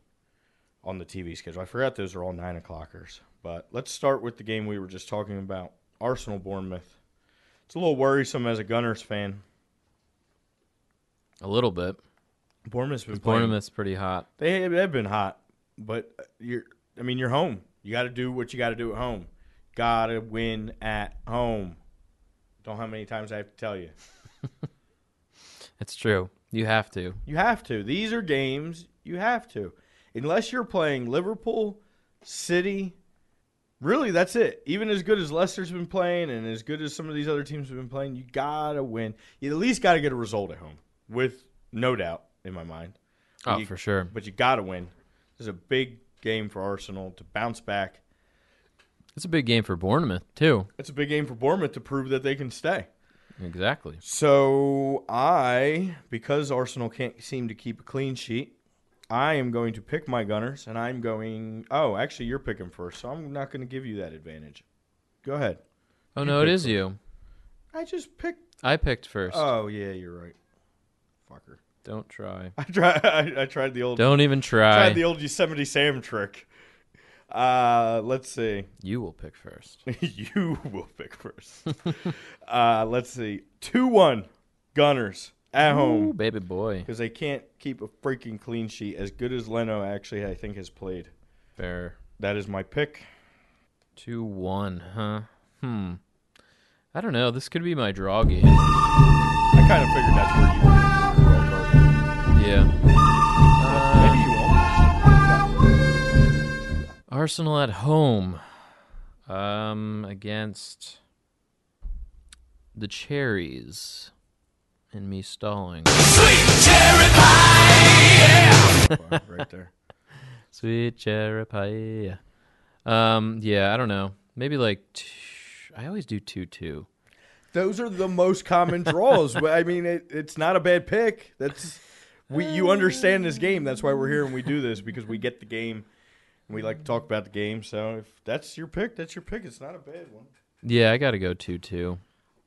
Speaker 2: on the TV schedule. I forgot those are all 9 o'clockers. But let's start with the game we were just talking about Arsenal Bournemouth. It's a little worrisome as a Gunners fan.
Speaker 1: A little bit.
Speaker 2: Bournemouth's been playing
Speaker 1: Bournemouth's pretty hot.
Speaker 2: They have they've been hot, but you're. I mean, you're home. You got to do what you got to do at home. Got to win at home. Don't know how many times I have to tell you.
Speaker 1: It's true. You have to.
Speaker 2: You have to. These are games you have to. Unless you're playing Liverpool, City, really that's it. Even as good as Leicester's been playing and as good as some of these other teams have been playing, you got to win. You at least got to get a result at home with no doubt in my mind.
Speaker 1: Oh,
Speaker 2: You-
Speaker 1: for sure.
Speaker 2: But you got to win. This is a big game for Arsenal to bounce back.
Speaker 1: It's a big game for Bournemouth too.
Speaker 2: It's a big game for Bournemouth to prove that they can stay.
Speaker 1: Exactly.
Speaker 2: So I, because Arsenal can't seem to keep a clean sheet, I am going to pick my Gunners, and I'm going. Oh, actually, you're picking first, so I'm not going to give you that advantage. Go ahead.
Speaker 1: Oh no, it is you.
Speaker 2: I just picked.
Speaker 1: I picked first.
Speaker 2: Oh yeah, you're right. Fucker.
Speaker 1: Don't try.
Speaker 2: I tried. I, I tried the old.
Speaker 1: Don't even try.
Speaker 2: tried the old Yosemite Sam trick. Uh, let's see.
Speaker 1: you will pick first.
Speaker 2: you will pick first. uh, let's see. 2 1 Gunners at
Speaker 1: Ooh,
Speaker 2: home
Speaker 1: baby boy.
Speaker 2: because they can't keep a freaking clean sheet. As good as Leno actually, I think, has played.
Speaker 1: Fair.
Speaker 2: That is my pick.
Speaker 1: Two one, huh? Hmm. I don't know. This could be my draw game.
Speaker 2: I kind of figured that's where you were.
Speaker 1: Yeah.
Speaker 2: Maybe you won't.
Speaker 1: Arsenal at home. Um, against the Cherries. And me stalling.
Speaker 2: right there.
Speaker 1: Sweet cherry pie. Um, yeah, I don't know. Maybe like t- I always do two two.
Speaker 2: Those are the most common draws. But, I mean, it, it's not a bad pick. That's we. You understand this game. That's why we're here and we do this because we get the game. and We like to talk about the game. So if that's your pick, that's your pick. It's not a bad one.
Speaker 1: Yeah, I gotta go two two.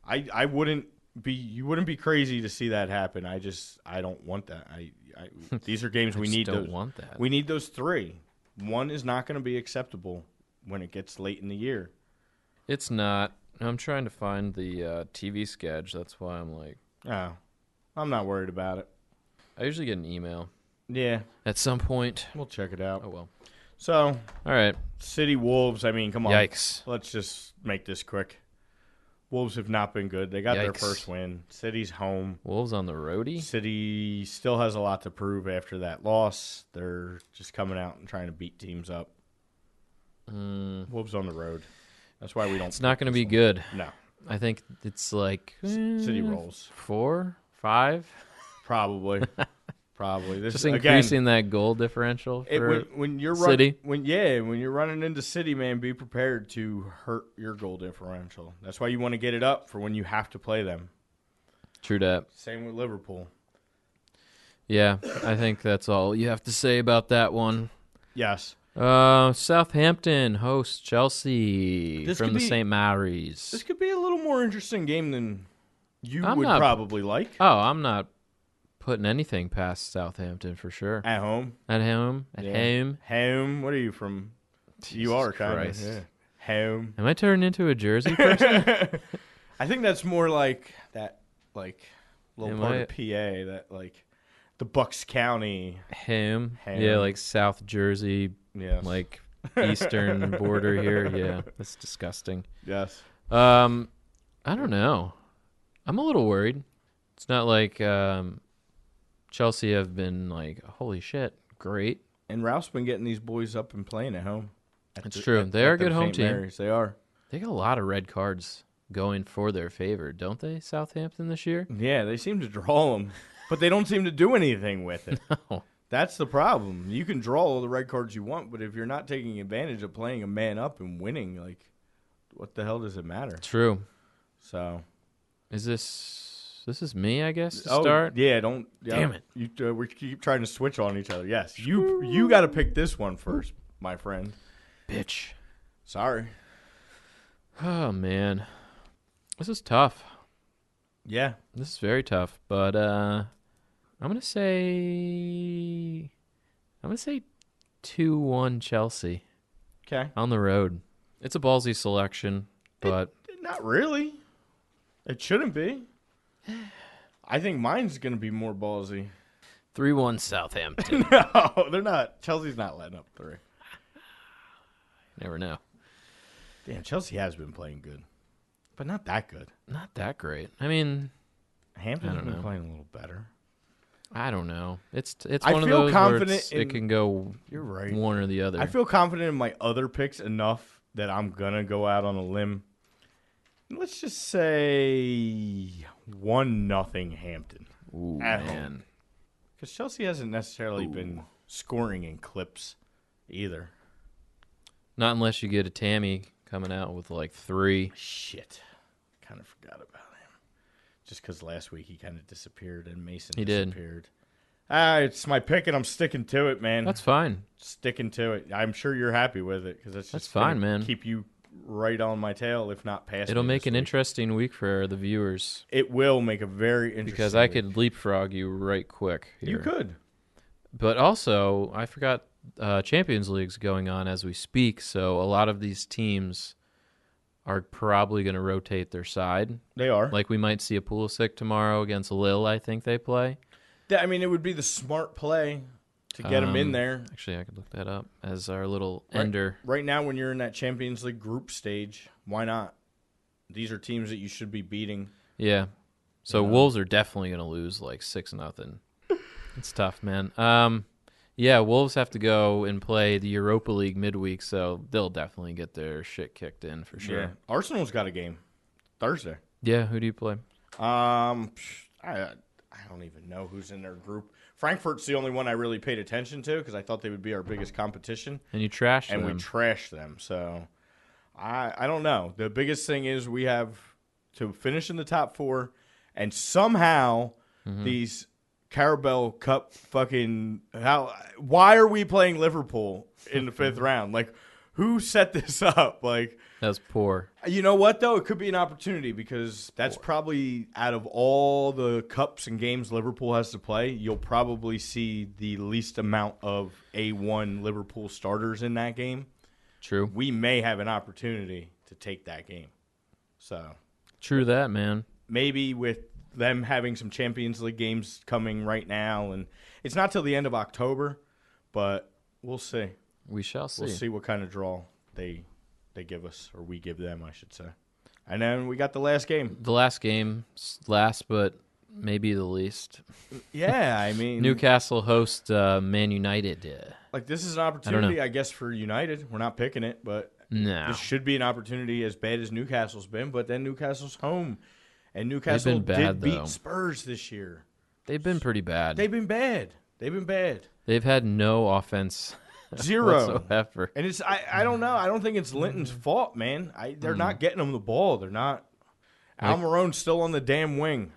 Speaker 2: I I wouldn't be. You wouldn't be crazy to see that happen. I just I don't want that. I, I these are games we
Speaker 1: just
Speaker 2: need.
Speaker 1: don't
Speaker 2: those-
Speaker 1: want that.
Speaker 2: We need those three. One is not going to be acceptable when it gets late in the year.
Speaker 1: It's not. I'm trying to find the uh, TV sketch. That's why I'm like,
Speaker 2: Oh, I'm not worried about it.
Speaker 1: I usually get an email
Speaker 2: Yeah,
Speaker 1: at some point.
Speaker 2: we'll check it out.
Speaker 1: Oh well.
Speaker 2: So
Speaker 1: All right.
Speaker 2: City Wolves. I mean, come on.
Speaker 1: Yikes.
Speaker 2: Let's just make this quick. Wolves have not been good. They got their
Speaker 1: Yikes.
Speaker 2: first win. City's home.
Speaker 1: Wolves on the roadie.
Speaker 2: City still has a lot to prove after that loss. They're just coming out and trying to beat teams up. Wolves on the road. That's why we don't.
Speaker 1: Mm. It's not gonna be good.
Speaker 2: No.
Speaker 1: I think it's like
Speaker 2: City
Speaker 1: eh,
Speaker 2: rolls.
Speaker 1: four, five.
Speaker 2: Probably. Probably. This
Speaker 1: Just
Speaker 2: again,
Speaker 1: increasing that goal differential
Speaker 2: it-
Speaker 1: for
Speaker 2: when, when you're run-
Speaker 1: City.
Speaker 2: when yeah, when you're running into City, man, be prepared to hurt your goal differential. That's why you want to get it up for when you have to play them.
Speaker 1: True that.
Speaker 2: Same with Liverpool.
Speaker 1: Yeah, I think that's all you have to say about that one.
Speaker 2: Yes.
Speaker 1: Uh, Southampton hosts Chelsea
Speaker 2: This
Speaker 1: from
Speaker 2: could
Speaker 1: the
Speaker 2: be-
Speaker 1: St. Mary's.
Speaker 2: This could be a little more interesting game than you
Speaker 1: I'm
Speaker 2: would
Speaker 1: not-
Speaker 2: probably like
Speaker 1: Oh, I'm not putting anything past Southampton for sure.
Speaker 2: at home.
Speaker 1: At home, at home.
Speaker 2: Home. What are you from? you are kind
Speaker 1: Christ.
Speaker 2: of. Yeah. Home.
Speaker 1: Am I turning into a Jersey person?
Speaker 2: I think that's more like that, like little
Speaker 1: Am
Speaker 2: part
Speaker 1: I-
Speaker 2: of PA that like the Bucks County.
Speaker 1: home.
Speaker 2: Home.
Speaker 1: Yeah, like South Jersey,
Speaker 2: Yes.
Speaker 1: like eastern border here. Yeah, that's disgusting.
Speaker 2: yes.
Speaker 1: Um, I don't know. I'm a little worried. It's not like um, Chelsea have been like, holy shit, great.
Speaker 2: And Ralph's been getting these boys up and playing at home.
Speaker 1: It's true. They are a good home team.
Speaker 2: They are.
Speaker 1: They got a lot of red cards going for their favor, don't they? Southampton this year.
Speaker 2: Yeah, they seem to draw them, but they don't seem to do anything with it.
Speaker 1: No.
Speaker 2: That's the problem. You can draw all the red cards you want, but if you're not taking advantage of playing a man up and winning, like, what the hell does it matter?
Speaker 1: True.
Speaker 2: So,
Speaker 1: Is this this is me? I guess to
Speaker 2: oh,
Speaker 1: start.
Speaker 2: yeah, don't. yeah,
Speaker 1: Damn it.
Speaker 2: You, uh, we keep trying to switch on each other. Yes, you you got to pick this one first, my friend.
Speaker 1: Bitch.
Speaker 2: Sorry.
Speaker 1: Oh man, this is tough.
Speaker 2: Yeah,
Speaker 1: This is very tough. But uh, I'm gonna say I'm gonna say two one Chelsea
Speaker 2: okay.
Speaker 1: on the road. It's a ballsy selection, but
Speaker 2: Not really. It shouldn't be. I think mine's going to be more ballsy.
Speaker 1: three one Southampton.
Speaker 2: no, they're not. Chelsea's not letting up three.
Speaker 1: Never know.
Speaker 2: Damn, Chelsea has been playing good, but not that good.
Speaker 1: Not that great. I mean,
Speaker 2: Hampton's
Speaker 1: don't
Speaker 2: been
Speaker 1: know.
Speaker 2: playing a little better.
Speaker 1: I don't know. It's it's
Speaker 2: I
Speaker 1: one of
Speaker 2: feel
Speaker 1: those where
Speaker 2: confident
Speaker 1: it's,
Speaker 2: in-
Speaker 1: it can go
Speaker 2: You're right.
Speaker 1: one or the other.
Speaker 2: I feel confident in my other picks enough that I'm gonna go out on a limb. Let's just say one nothing Hampton,
Speaker 1: Ooh,
Speaker 2: at home.
Speaker 1: man.
Speaker 2: because Chelsea hasn't necessarily been scoring in clips either.
Speaker 1: Not unless you get a Tammy coming out with like three.
Speaker 2: Shit, kind of forgot about him. Just because last week he kind of disappeared and Mason
Speaker 1: He did.
Speaker 2: disappeared. Ah, it's my pick and I'm sticking to it, man.
Speaker 1: That's fine.
Speaker 2: sticking to it. I'm sure you're happy with it because that's just
Speaker 1: That's
Speaker 2: gonna
Speaker 1: fine, man.
Speaker 2: Keep you right on my tail, if not past.
Speaker 1: It'll
Speaker 2: me
Speaker 1: make
Speaker 2: this
Speaker 1: an
Speaker 2: week.
Speaker 1: interesting week for the viewers
Speaker 2: It will make a very interesting
Speaker 1: because I
Speaker 2: week.
Speaker 1: could leapfrog you right quick. Here.
Speaker 2: You could.
Speaker 1: But also, I forgot uh, Champions League's going on as we speak, so a lot of these teams are probably going to rotate their side.
Speaker 2: They are.
Speaker 1: Like we might see a Pulisic tomorrow against Lille. I think they play.
Speaker 2: Th- I mean, it would be the smart play to get them in
Speaker 1: Um,
Speaker 2: there.
Speaker 1: Actually, I could look that up as our little ender.
Speaker 2: Right now, when you're in that Champions League group stage, why not? These are teams that you should be beating.
Speaker 1: Yeah. So Wolves are definitely going to lose like six nothing. It's tough, man. Um, yeah, Wolves have to go and play the Europa League midweek, so they'll definitely get their shit kicked in for sure. Yeah.
Speaker 2: Arsenal's got a game Thursday.
Speaker 1: who do you play?
Speaker 2: Um, psh, I I don't even know who's in their group. Frankfurt's the only one I really paid attention to because I thought they would be our biggest competition,
Speaker 1: And you trash
Speaker 2: and
Speaker 1: them.
Speaker 2: we trashed them. So I I don't know. The biggest thing is we have to finish in the top four, and somehow these Carabel Cup fucking how why are we playing Liverpool in the fifth round? Like who set this up? Like
Speaker 1: That's poor.
Speaker 2: you know what though? It could be an opportunity because that's probably out of all the cups and games Liverpool has to play, you'll probably see the least amount of A1 Liverpool starters in that game.
Speaker 1: True.
Speaker 2: We may have an opportunity to take that game. So,
Speaker 1: True that, man.
Speaker 2: maybe with them having some Champions League games coming right now and it's not till the end of October, but we'll see.
Speaker 1: We shall see.
Speaker 2: We'll see what kind of draw they they give us or we give them, I should say. And then we got the last game.
Speaker 1: The last game, s- last but maybe the least.
Speaker 2: Hmm. Yeah, I mean,
Speaker 1: Newcastle hosts uh, Man United. Uh,
Speaker 2: like this is an opportunity,
Speaker 1: know.
Speaker 2: I, guess, for United. We're not picking it, but
Speaker 1: No.
Speaker 2: this should be an opportunity as bad as Newcastle's been. But then Newcastle's home, and Newcastle
Speaker 1: been bad,
Speaker 2: did beat
Speaker 1: though.
Speaker 2: Spurs this year.
Speaker 1: They've been pretty bad.
Speaker 2: They've been bad. They've been bad.
Speaker 1: They've had no offense
Speaker 2: Zero.
Speaker 1: whatsoever.
Speaker 2: And it's I, I don't know. I don't think it's Linton's
Speaker 1: Mm-hmm.
Speaker 2: fault, man. I, they're not getting them the ball. They're not. Al Almiron's still on the damn wing.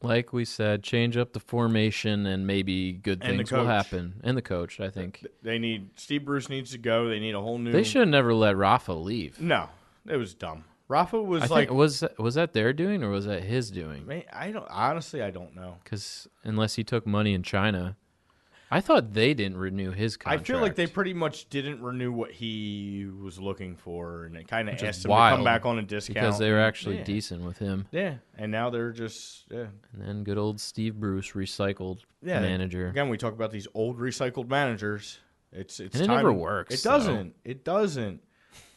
Speaker 1: Like we said, change up the formation and maybe good
Speaker 2: And the
Speaker 1: things will
Speaker 2: coach.
Speaker 1: happen. And the coach, I think.
Speaker 2: They need Steve Bruce needs to go. They need a whole new.
Speaker 1: They should have never let Rafa leave.
Speaker 2: No, it was dumb. Rafa was
Speaker 1: I
Speaker 2: like,
Speaker 1: think was was that their doing or was that his doing?
Speaker 2: man, I don't honestly, I don't know.
Speaker 1: Because unless he took money in China, I thought they didn't renew his contract.
Speaker 2: I feel like they pretty much didn't renew what he was looking for, and it kind of
Speaker 1: is
Speaker 2: asked him to
Speaker 1: wild,
Speaker 2: come back on a discount
Speaker 1: because they were actually
Speaker 2: Yeah.
Speaker 1: decent with him.
Speaker 2: Yeah, and now they're just yeah.
Speaker 1: And then good old Steve Bruce recycled
Speaker 2: yeah.
Speaker 1: manager.
Speaker 2: Again, we talk about these old recycled managers. It's it's
Speaker 1: And it
Speaker 2: time.
Speaker 1: never works,
Speaker 2: It
Speaker 1: though. Uh,
Speaker 2: doesn't. It doesn't.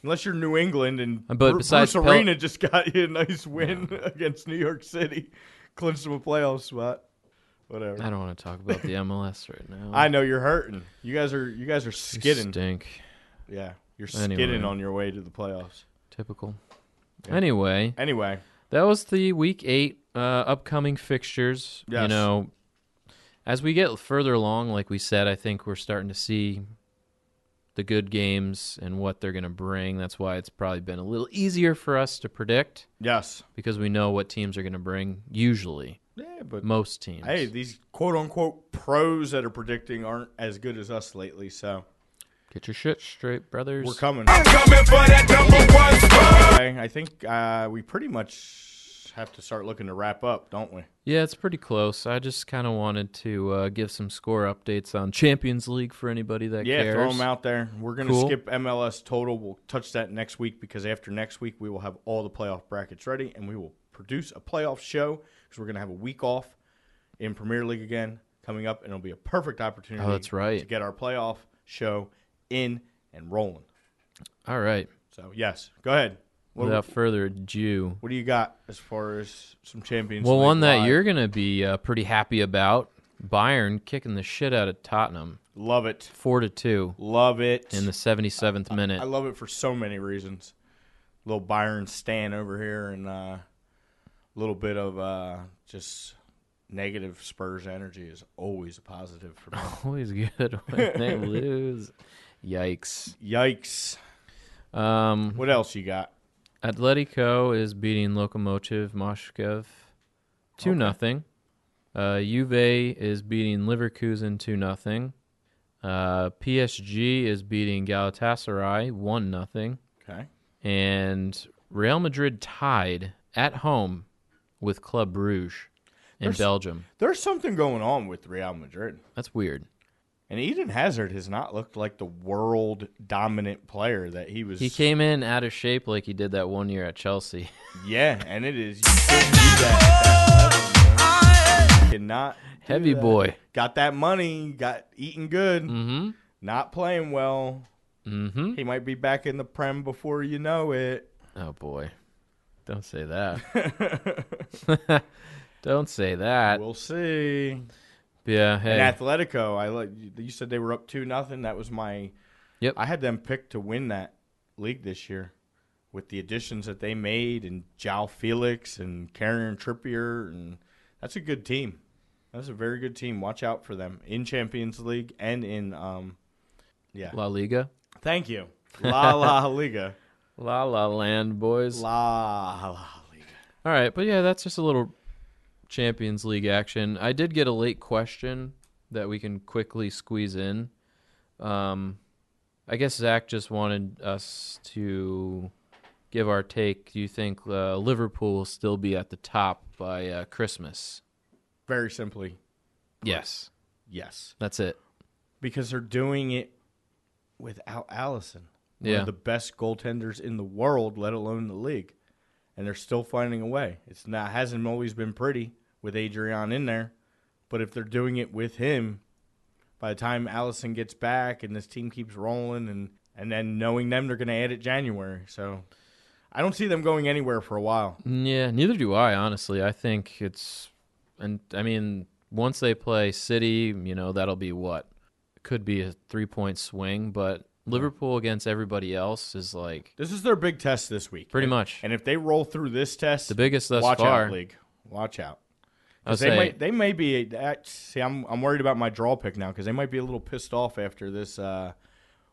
Speaker 2: Unless you're New England and
Speaker 1: But
Speaker 2: Bru-
Speaker 1: besides
Speaker 2: Bruce
Speaker 1: Pel-
Speaker 2: Arena just got you a nice win against New York City, clinched them a playoff spot. Whatever.
Speaker 1: I don't want to talk about the MLS right now.
Speaker 2: I know you're hurting. You guys are you guys are
Speaker 1: You
Speaker 2: skidding.
Speaker 1: Stink.
Speaker 2: Yeah, you're
Speaker 1: Anyway.
Speaker 2: skidding on your way to the playoffs.
Speaker 1: Typical. Anyway,
Speaker 2: Anyway,
Speaker 1: that was the week eight uh, upcoming fixtures. You
Speaker 2: Yes.
Speaker 1: know, as we get further along, like we said, I think we're starting to see the good games and what they're going to bring. That's why it's probably been a little easier for us to predict
Speaker 2: yes.
Speaker 1: because we know what teams are going to bring. Usually,
Speaker 2: Yeah, but
Speaker 1: most teams.
Speaker 2: hey, these quote unquote pros that are predicting aren't as good as us lately, so
Speaker 1: get your shit straight, brothers.
Speaker 2: we're coming.
Speaker 4: Coming for that number one
Speaker 2: Okay, I think uh, we pretty much have to start looking to wrap up, don't we?
Speaker 1: Yeah, it's pretty close. I just kind of wanted to uh, give some score updates on Champions League for anybody that
Speaker 2: Yeah,
Speaker 1: cares.
Speaker 2: throw them out there. We're gonna
Speaker 1: Cool.
Speaker 2: skip MLS total. We'll touch that next week because after next week we will have all the playoff brackets ready, and we will produce a playoff show because we're gonna have a week off in Premier League again coming up, and it'll be a perfect opportunity.
Speaker 1: Oh, that's right.
Speaker 2: to get our playoff show in and rolling.
Speaker 1: All right.
Speaker 2: So yes, go ahead. What,
Speaker 1: Without further ado,
Speaker 2: what do you got as far as some champions?
Speaker 1: Well,
Speaker 2: League
Speaker 1: one that
Speaker 2: live?
Speaker 1: you're going to be uh, pretty happy about Bayern kicking the shit out of Tottenham
Speaker 2: love it,
Speaker 1: 4 to 2
Speaker 2: love it.
Speaker 1: in the 77th
Speaker 2: I
Speaker 1: minute.
Speaker 2: love it for so many reasons. Little Byron Stan over here, and a uh, little bit of uh, just negative Spurs energy is always a positive for me.
Speaker 1: Always good when they lose. Yikes.
Speaker 2: Yikes!
Speaker 1: Um,
Speaker 2: What else you got?
Speaker 1: Atletico is beating Lokomotiv Moscow 2 nothing. Uh, Juve is beating Leverkusen 2 nothing. Uh, PSG is beating Galatasaray 1 nothing.
Speaker 2: Okay,
Speaker 1: and Real Madrid tied at home with Club Brugge in
Speaker 2: There's-
Speaker 1: Belgium.
Speaker 2: there's something going on with Real Madrid.
Speaker 1: That's weird.
Speaker 2: And Eden Hazard has not looked like the world dominant player that he was.
Speaker 1: He came in out of shape like he did that one year at Chelsea.
Speaker 2: yeah, and it is. You can't do that at that level, man. You cannot. do
Speaker 1: Heavy
Speaker 2: that.
Speaker 1: boy.
Speaker 2: Got that money. Got eating good.
Speaker 1: Mm-hmm.
Speaker 2: Not playing well.
Speaker 1: Mm-hmm.
Speaker 2: He might be back in the prem before you know it.
Speaker 1: Oh boy. Don't say that. Don't say that.
Speaker 2: We'll see.
Speaker 1: yeah, hey.
Speaker 2: And Atletico, I like you said they were up two nothing. That was my.
Speaker 1: Yep.
Speaker 2: I had them picked to win that league this year, with the additions that they made and Jao Felix and Karen Trippier, and that's a good team. That's a very good team. Watch out for them in Champions League and in um, yeah.
Speaker 1: La Liga.
Speaker 2: Thank you, La La Liga,
Speaker 1: La La Land, boys.
Speaker 2: La La Liga.
Speaker 1: All right, but yeah, that's just a little Champions League action. I did get a late question that we can quickly squeeze in. Um, I guess Zach just wanted us to give our take. Do you think uh, Liverpool will still be at the top by uh, Christmas?
Speaker 2: Very simply,
Speaker 1: Yes,
Speaker 2: yes,
Speaker 1: that's it.
Speaker 2: because they're doing it without Allison. One
Speaker 1: Yeah.
Speaker 2: of the best goaltenders in the world, let alone the league. And they're still finding a way. It's not hasn't always been pretty with Adrian in there, but if they're doing it with him, by the time Allison gets back and this team keeps rolling and and then knowing them they're gonna add it January. So I don't see them going anywhere for a while.
Speaker 1: Yeah, neither do I, honestly. I think it's, and I mean, once they play City, you know, that'll be what? Could be a three point swing, but Liverpool against everybody else is like
Speaker 2: This is their big test this week.
Speaker 1: pretty much.
Speaker 2: And if they roll through this test,
Speaker 1: The biggest thus
Speaker 2: watch
Speaker 1: far.
Speaker 2: out, league. Watch out.
Speaker 1: I would
Speaker 2: they
Speaker 1: say,
Speaker 2: might they may be that- see I'm I'm worried about my draw pick now because they might be a little pissed off after this uh,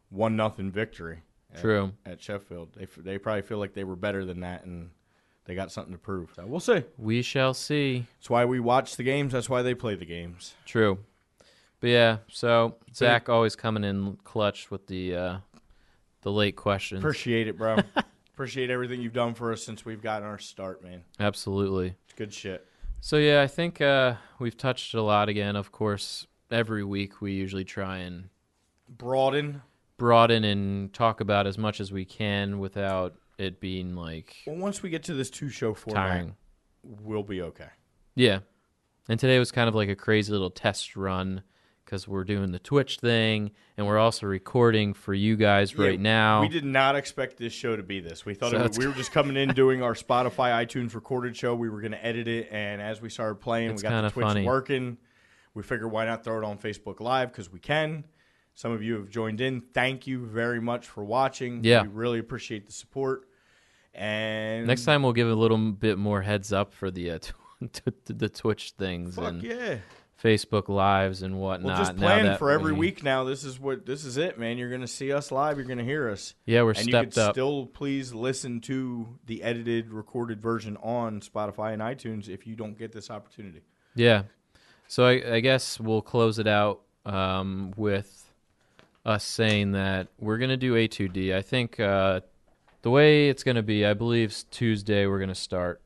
Speaker 2: one nothing victory at,
Speaker 1: true.
Speaker 2: at Sheffield. They f- they probably feel like they were better than that and they got something to prove. So we'll see.
Speaker 1: We shall see.
Speaker 2: That's why we watch the games. That's why they play the games.
Speaker 1: True. But yeah, so Zach always coming in clutch with the uh the late questions.
Speaker 2: Appreciate it, bro. Appreciate everything you've done for us since we've gotten our start, man.
Speaker 1: Absolutely.
Speaker 2: It's good shit.
Speaker 1: So yeah, I think uh we've touched a lot again. Of course, every week we usually try and
Speaker 2: Broaden.
Speaker 1: broaden and talk about as much as we can without it being like
Speaker 2: Well, once we get to this two show format,
Speaker 1: tiring.
Speaker 2: we'll be okay.
Speaker 1: Yeah. And today was kind of like a crazy little test run because we're doing the Twitch thing and we're also recording for you guys
Speaker 2: Yeah,
Speaker 1: right now.
Speaker 2: We did not expect this show to be this. We thought
Speaker 1: So
Speaker 2: it was,
Speaker 1: it's-
Speaker 2: we were just coming in doing our Spotify, iTunes recorded show. We were going to edit it, and as we started playing,
Speaker 1: It's
Speaker 2: we got the
Speaker 1: kinda
Speaker 2: Twitch
Speaker 1: funny.
Speaker 2: working. We figured why not throw it on Facebook Live because we can. Some of you have joined in. Thank you very much for watching.
Speaker 1: Yeah.
Speaker 2: we really appreciate the support. And
Speaker 1: Next time we'll give a little bit more heads up for the uh, t- the Twitch things
Speaker 2: fuck
Speaker 1: and
Speaker 2: yeah,
Speaker 1: Facebook lives and
Speaker 2: we'll
Speaker 1: whatnot.
Speaker 2: just
Speaker 1: now
Speaker 2: plan
Speaker 1: that
Speaker 2: for every
Speaker 1: we-
Speaker 2: week now. This is what this is it, man. You're going to see us live. You're going to hear us.
Speaker 1: Yeah, we're
Speaker 2: and you
Speaker 1: stepped
Speaker 2: could
Speaker 1: up.
Speaker 2: still please listen to the edited recorded version on spotify and itunes if you don't get this opportunity
Speaker 1: Yeah. So I, I guess we'll close it out um, with us saying that we're going to do A2D. I think uh, the way it's going to be, I believe s- Tuesday we're going to start.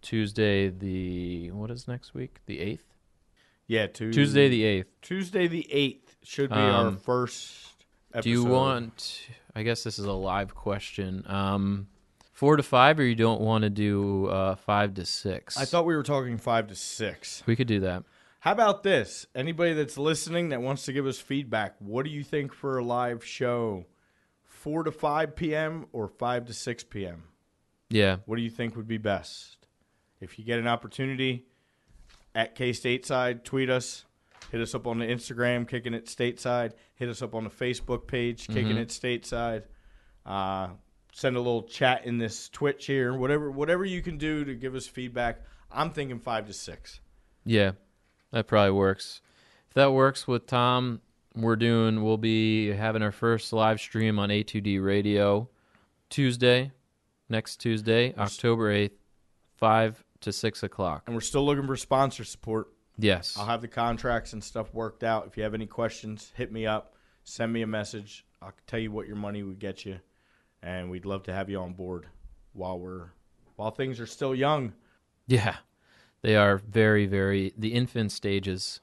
Speaker 1: Tuesday the, what is next week? The 8th?
Speaker 2: yeah Tuesday.
Speaker 1: Tuesday the 8th.
Speaker 2: tuesday the 8th should be our
Speaker 1: Um,
Speaker 2: first episode
Speaker 1: Do you want? I guess this is a live question. Um, four to five, or you don't want to do uh, five to six?
Speaker 2: i thought we were talking five to six
Speaker 1: we could do that.
Speaker 2: how about this anybody that's listening that wants to give us feedback what do you think for a live show 4 to 5 p.m or 5 to 6 p.m
Speaker 1: Yeah,
Speaker 2: what do you think would be best? If you get an opportunity at K Stateside, tweet us, hit us up on the Instagram, kicking it stateside, hit us up on the Facebook page, kicking it stateside. Uh, send a little chat in this Twitch here, whatever whatever you can do to give us feedback. I'm thinking five to six.
Speaker 1: yeah, that probably works. If that works with Tom, we're doing. We'll be having our first live stream on A2D Radio Tuesday, next Tuesday, October eighth, five to six o'clock.
Speaker 2: And we're still looking for sponsor support.
Speaker 1: Yes,
Speaker 2: I'll have the contracts and stuff worked out. If you have any questions, hit me up, send me a message. I'll tell you what your money would get you, and we'd love to have you on board while we're while things are still young.
Speaker 1: yeah, they are very, very the infant stages.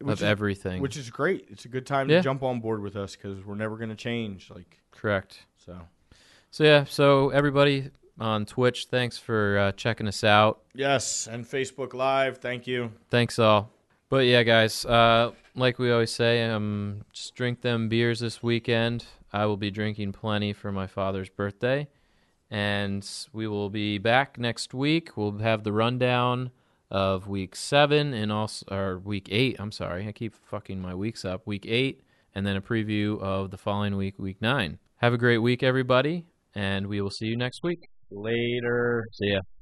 Speaker 2: which
Speaker 1: of
Speaker 2: is-
Speaker 1: everything.
Speaker 2: which is great. It's a good time
Speaker 1: Yeah.
Speaker 2: to jump on board with us because we're never going to change. Like
Speaker 1: correct.
Speaker 2: so,
Speaker 1: So yeah, so everybody on Twitch, thanks for uh, checking us out.
Speaker 2: yes, and Facebook Live. Thank you.
Speaker 1: Thanks all. But yeah, guys, uh, like we always say, um, just drink them beers this weekend. I will be drinking plenty for my father's birthday, and we will be back next week. We'll have the rundown of week seven and also or week eight. I'm sorry, I keep fucking my weeks up. Week eight, and then a preview of the following week, week nine. Have a great week, everybody, and we will see you next week.
Speaker 2: Later.
Speaker 1: See ya.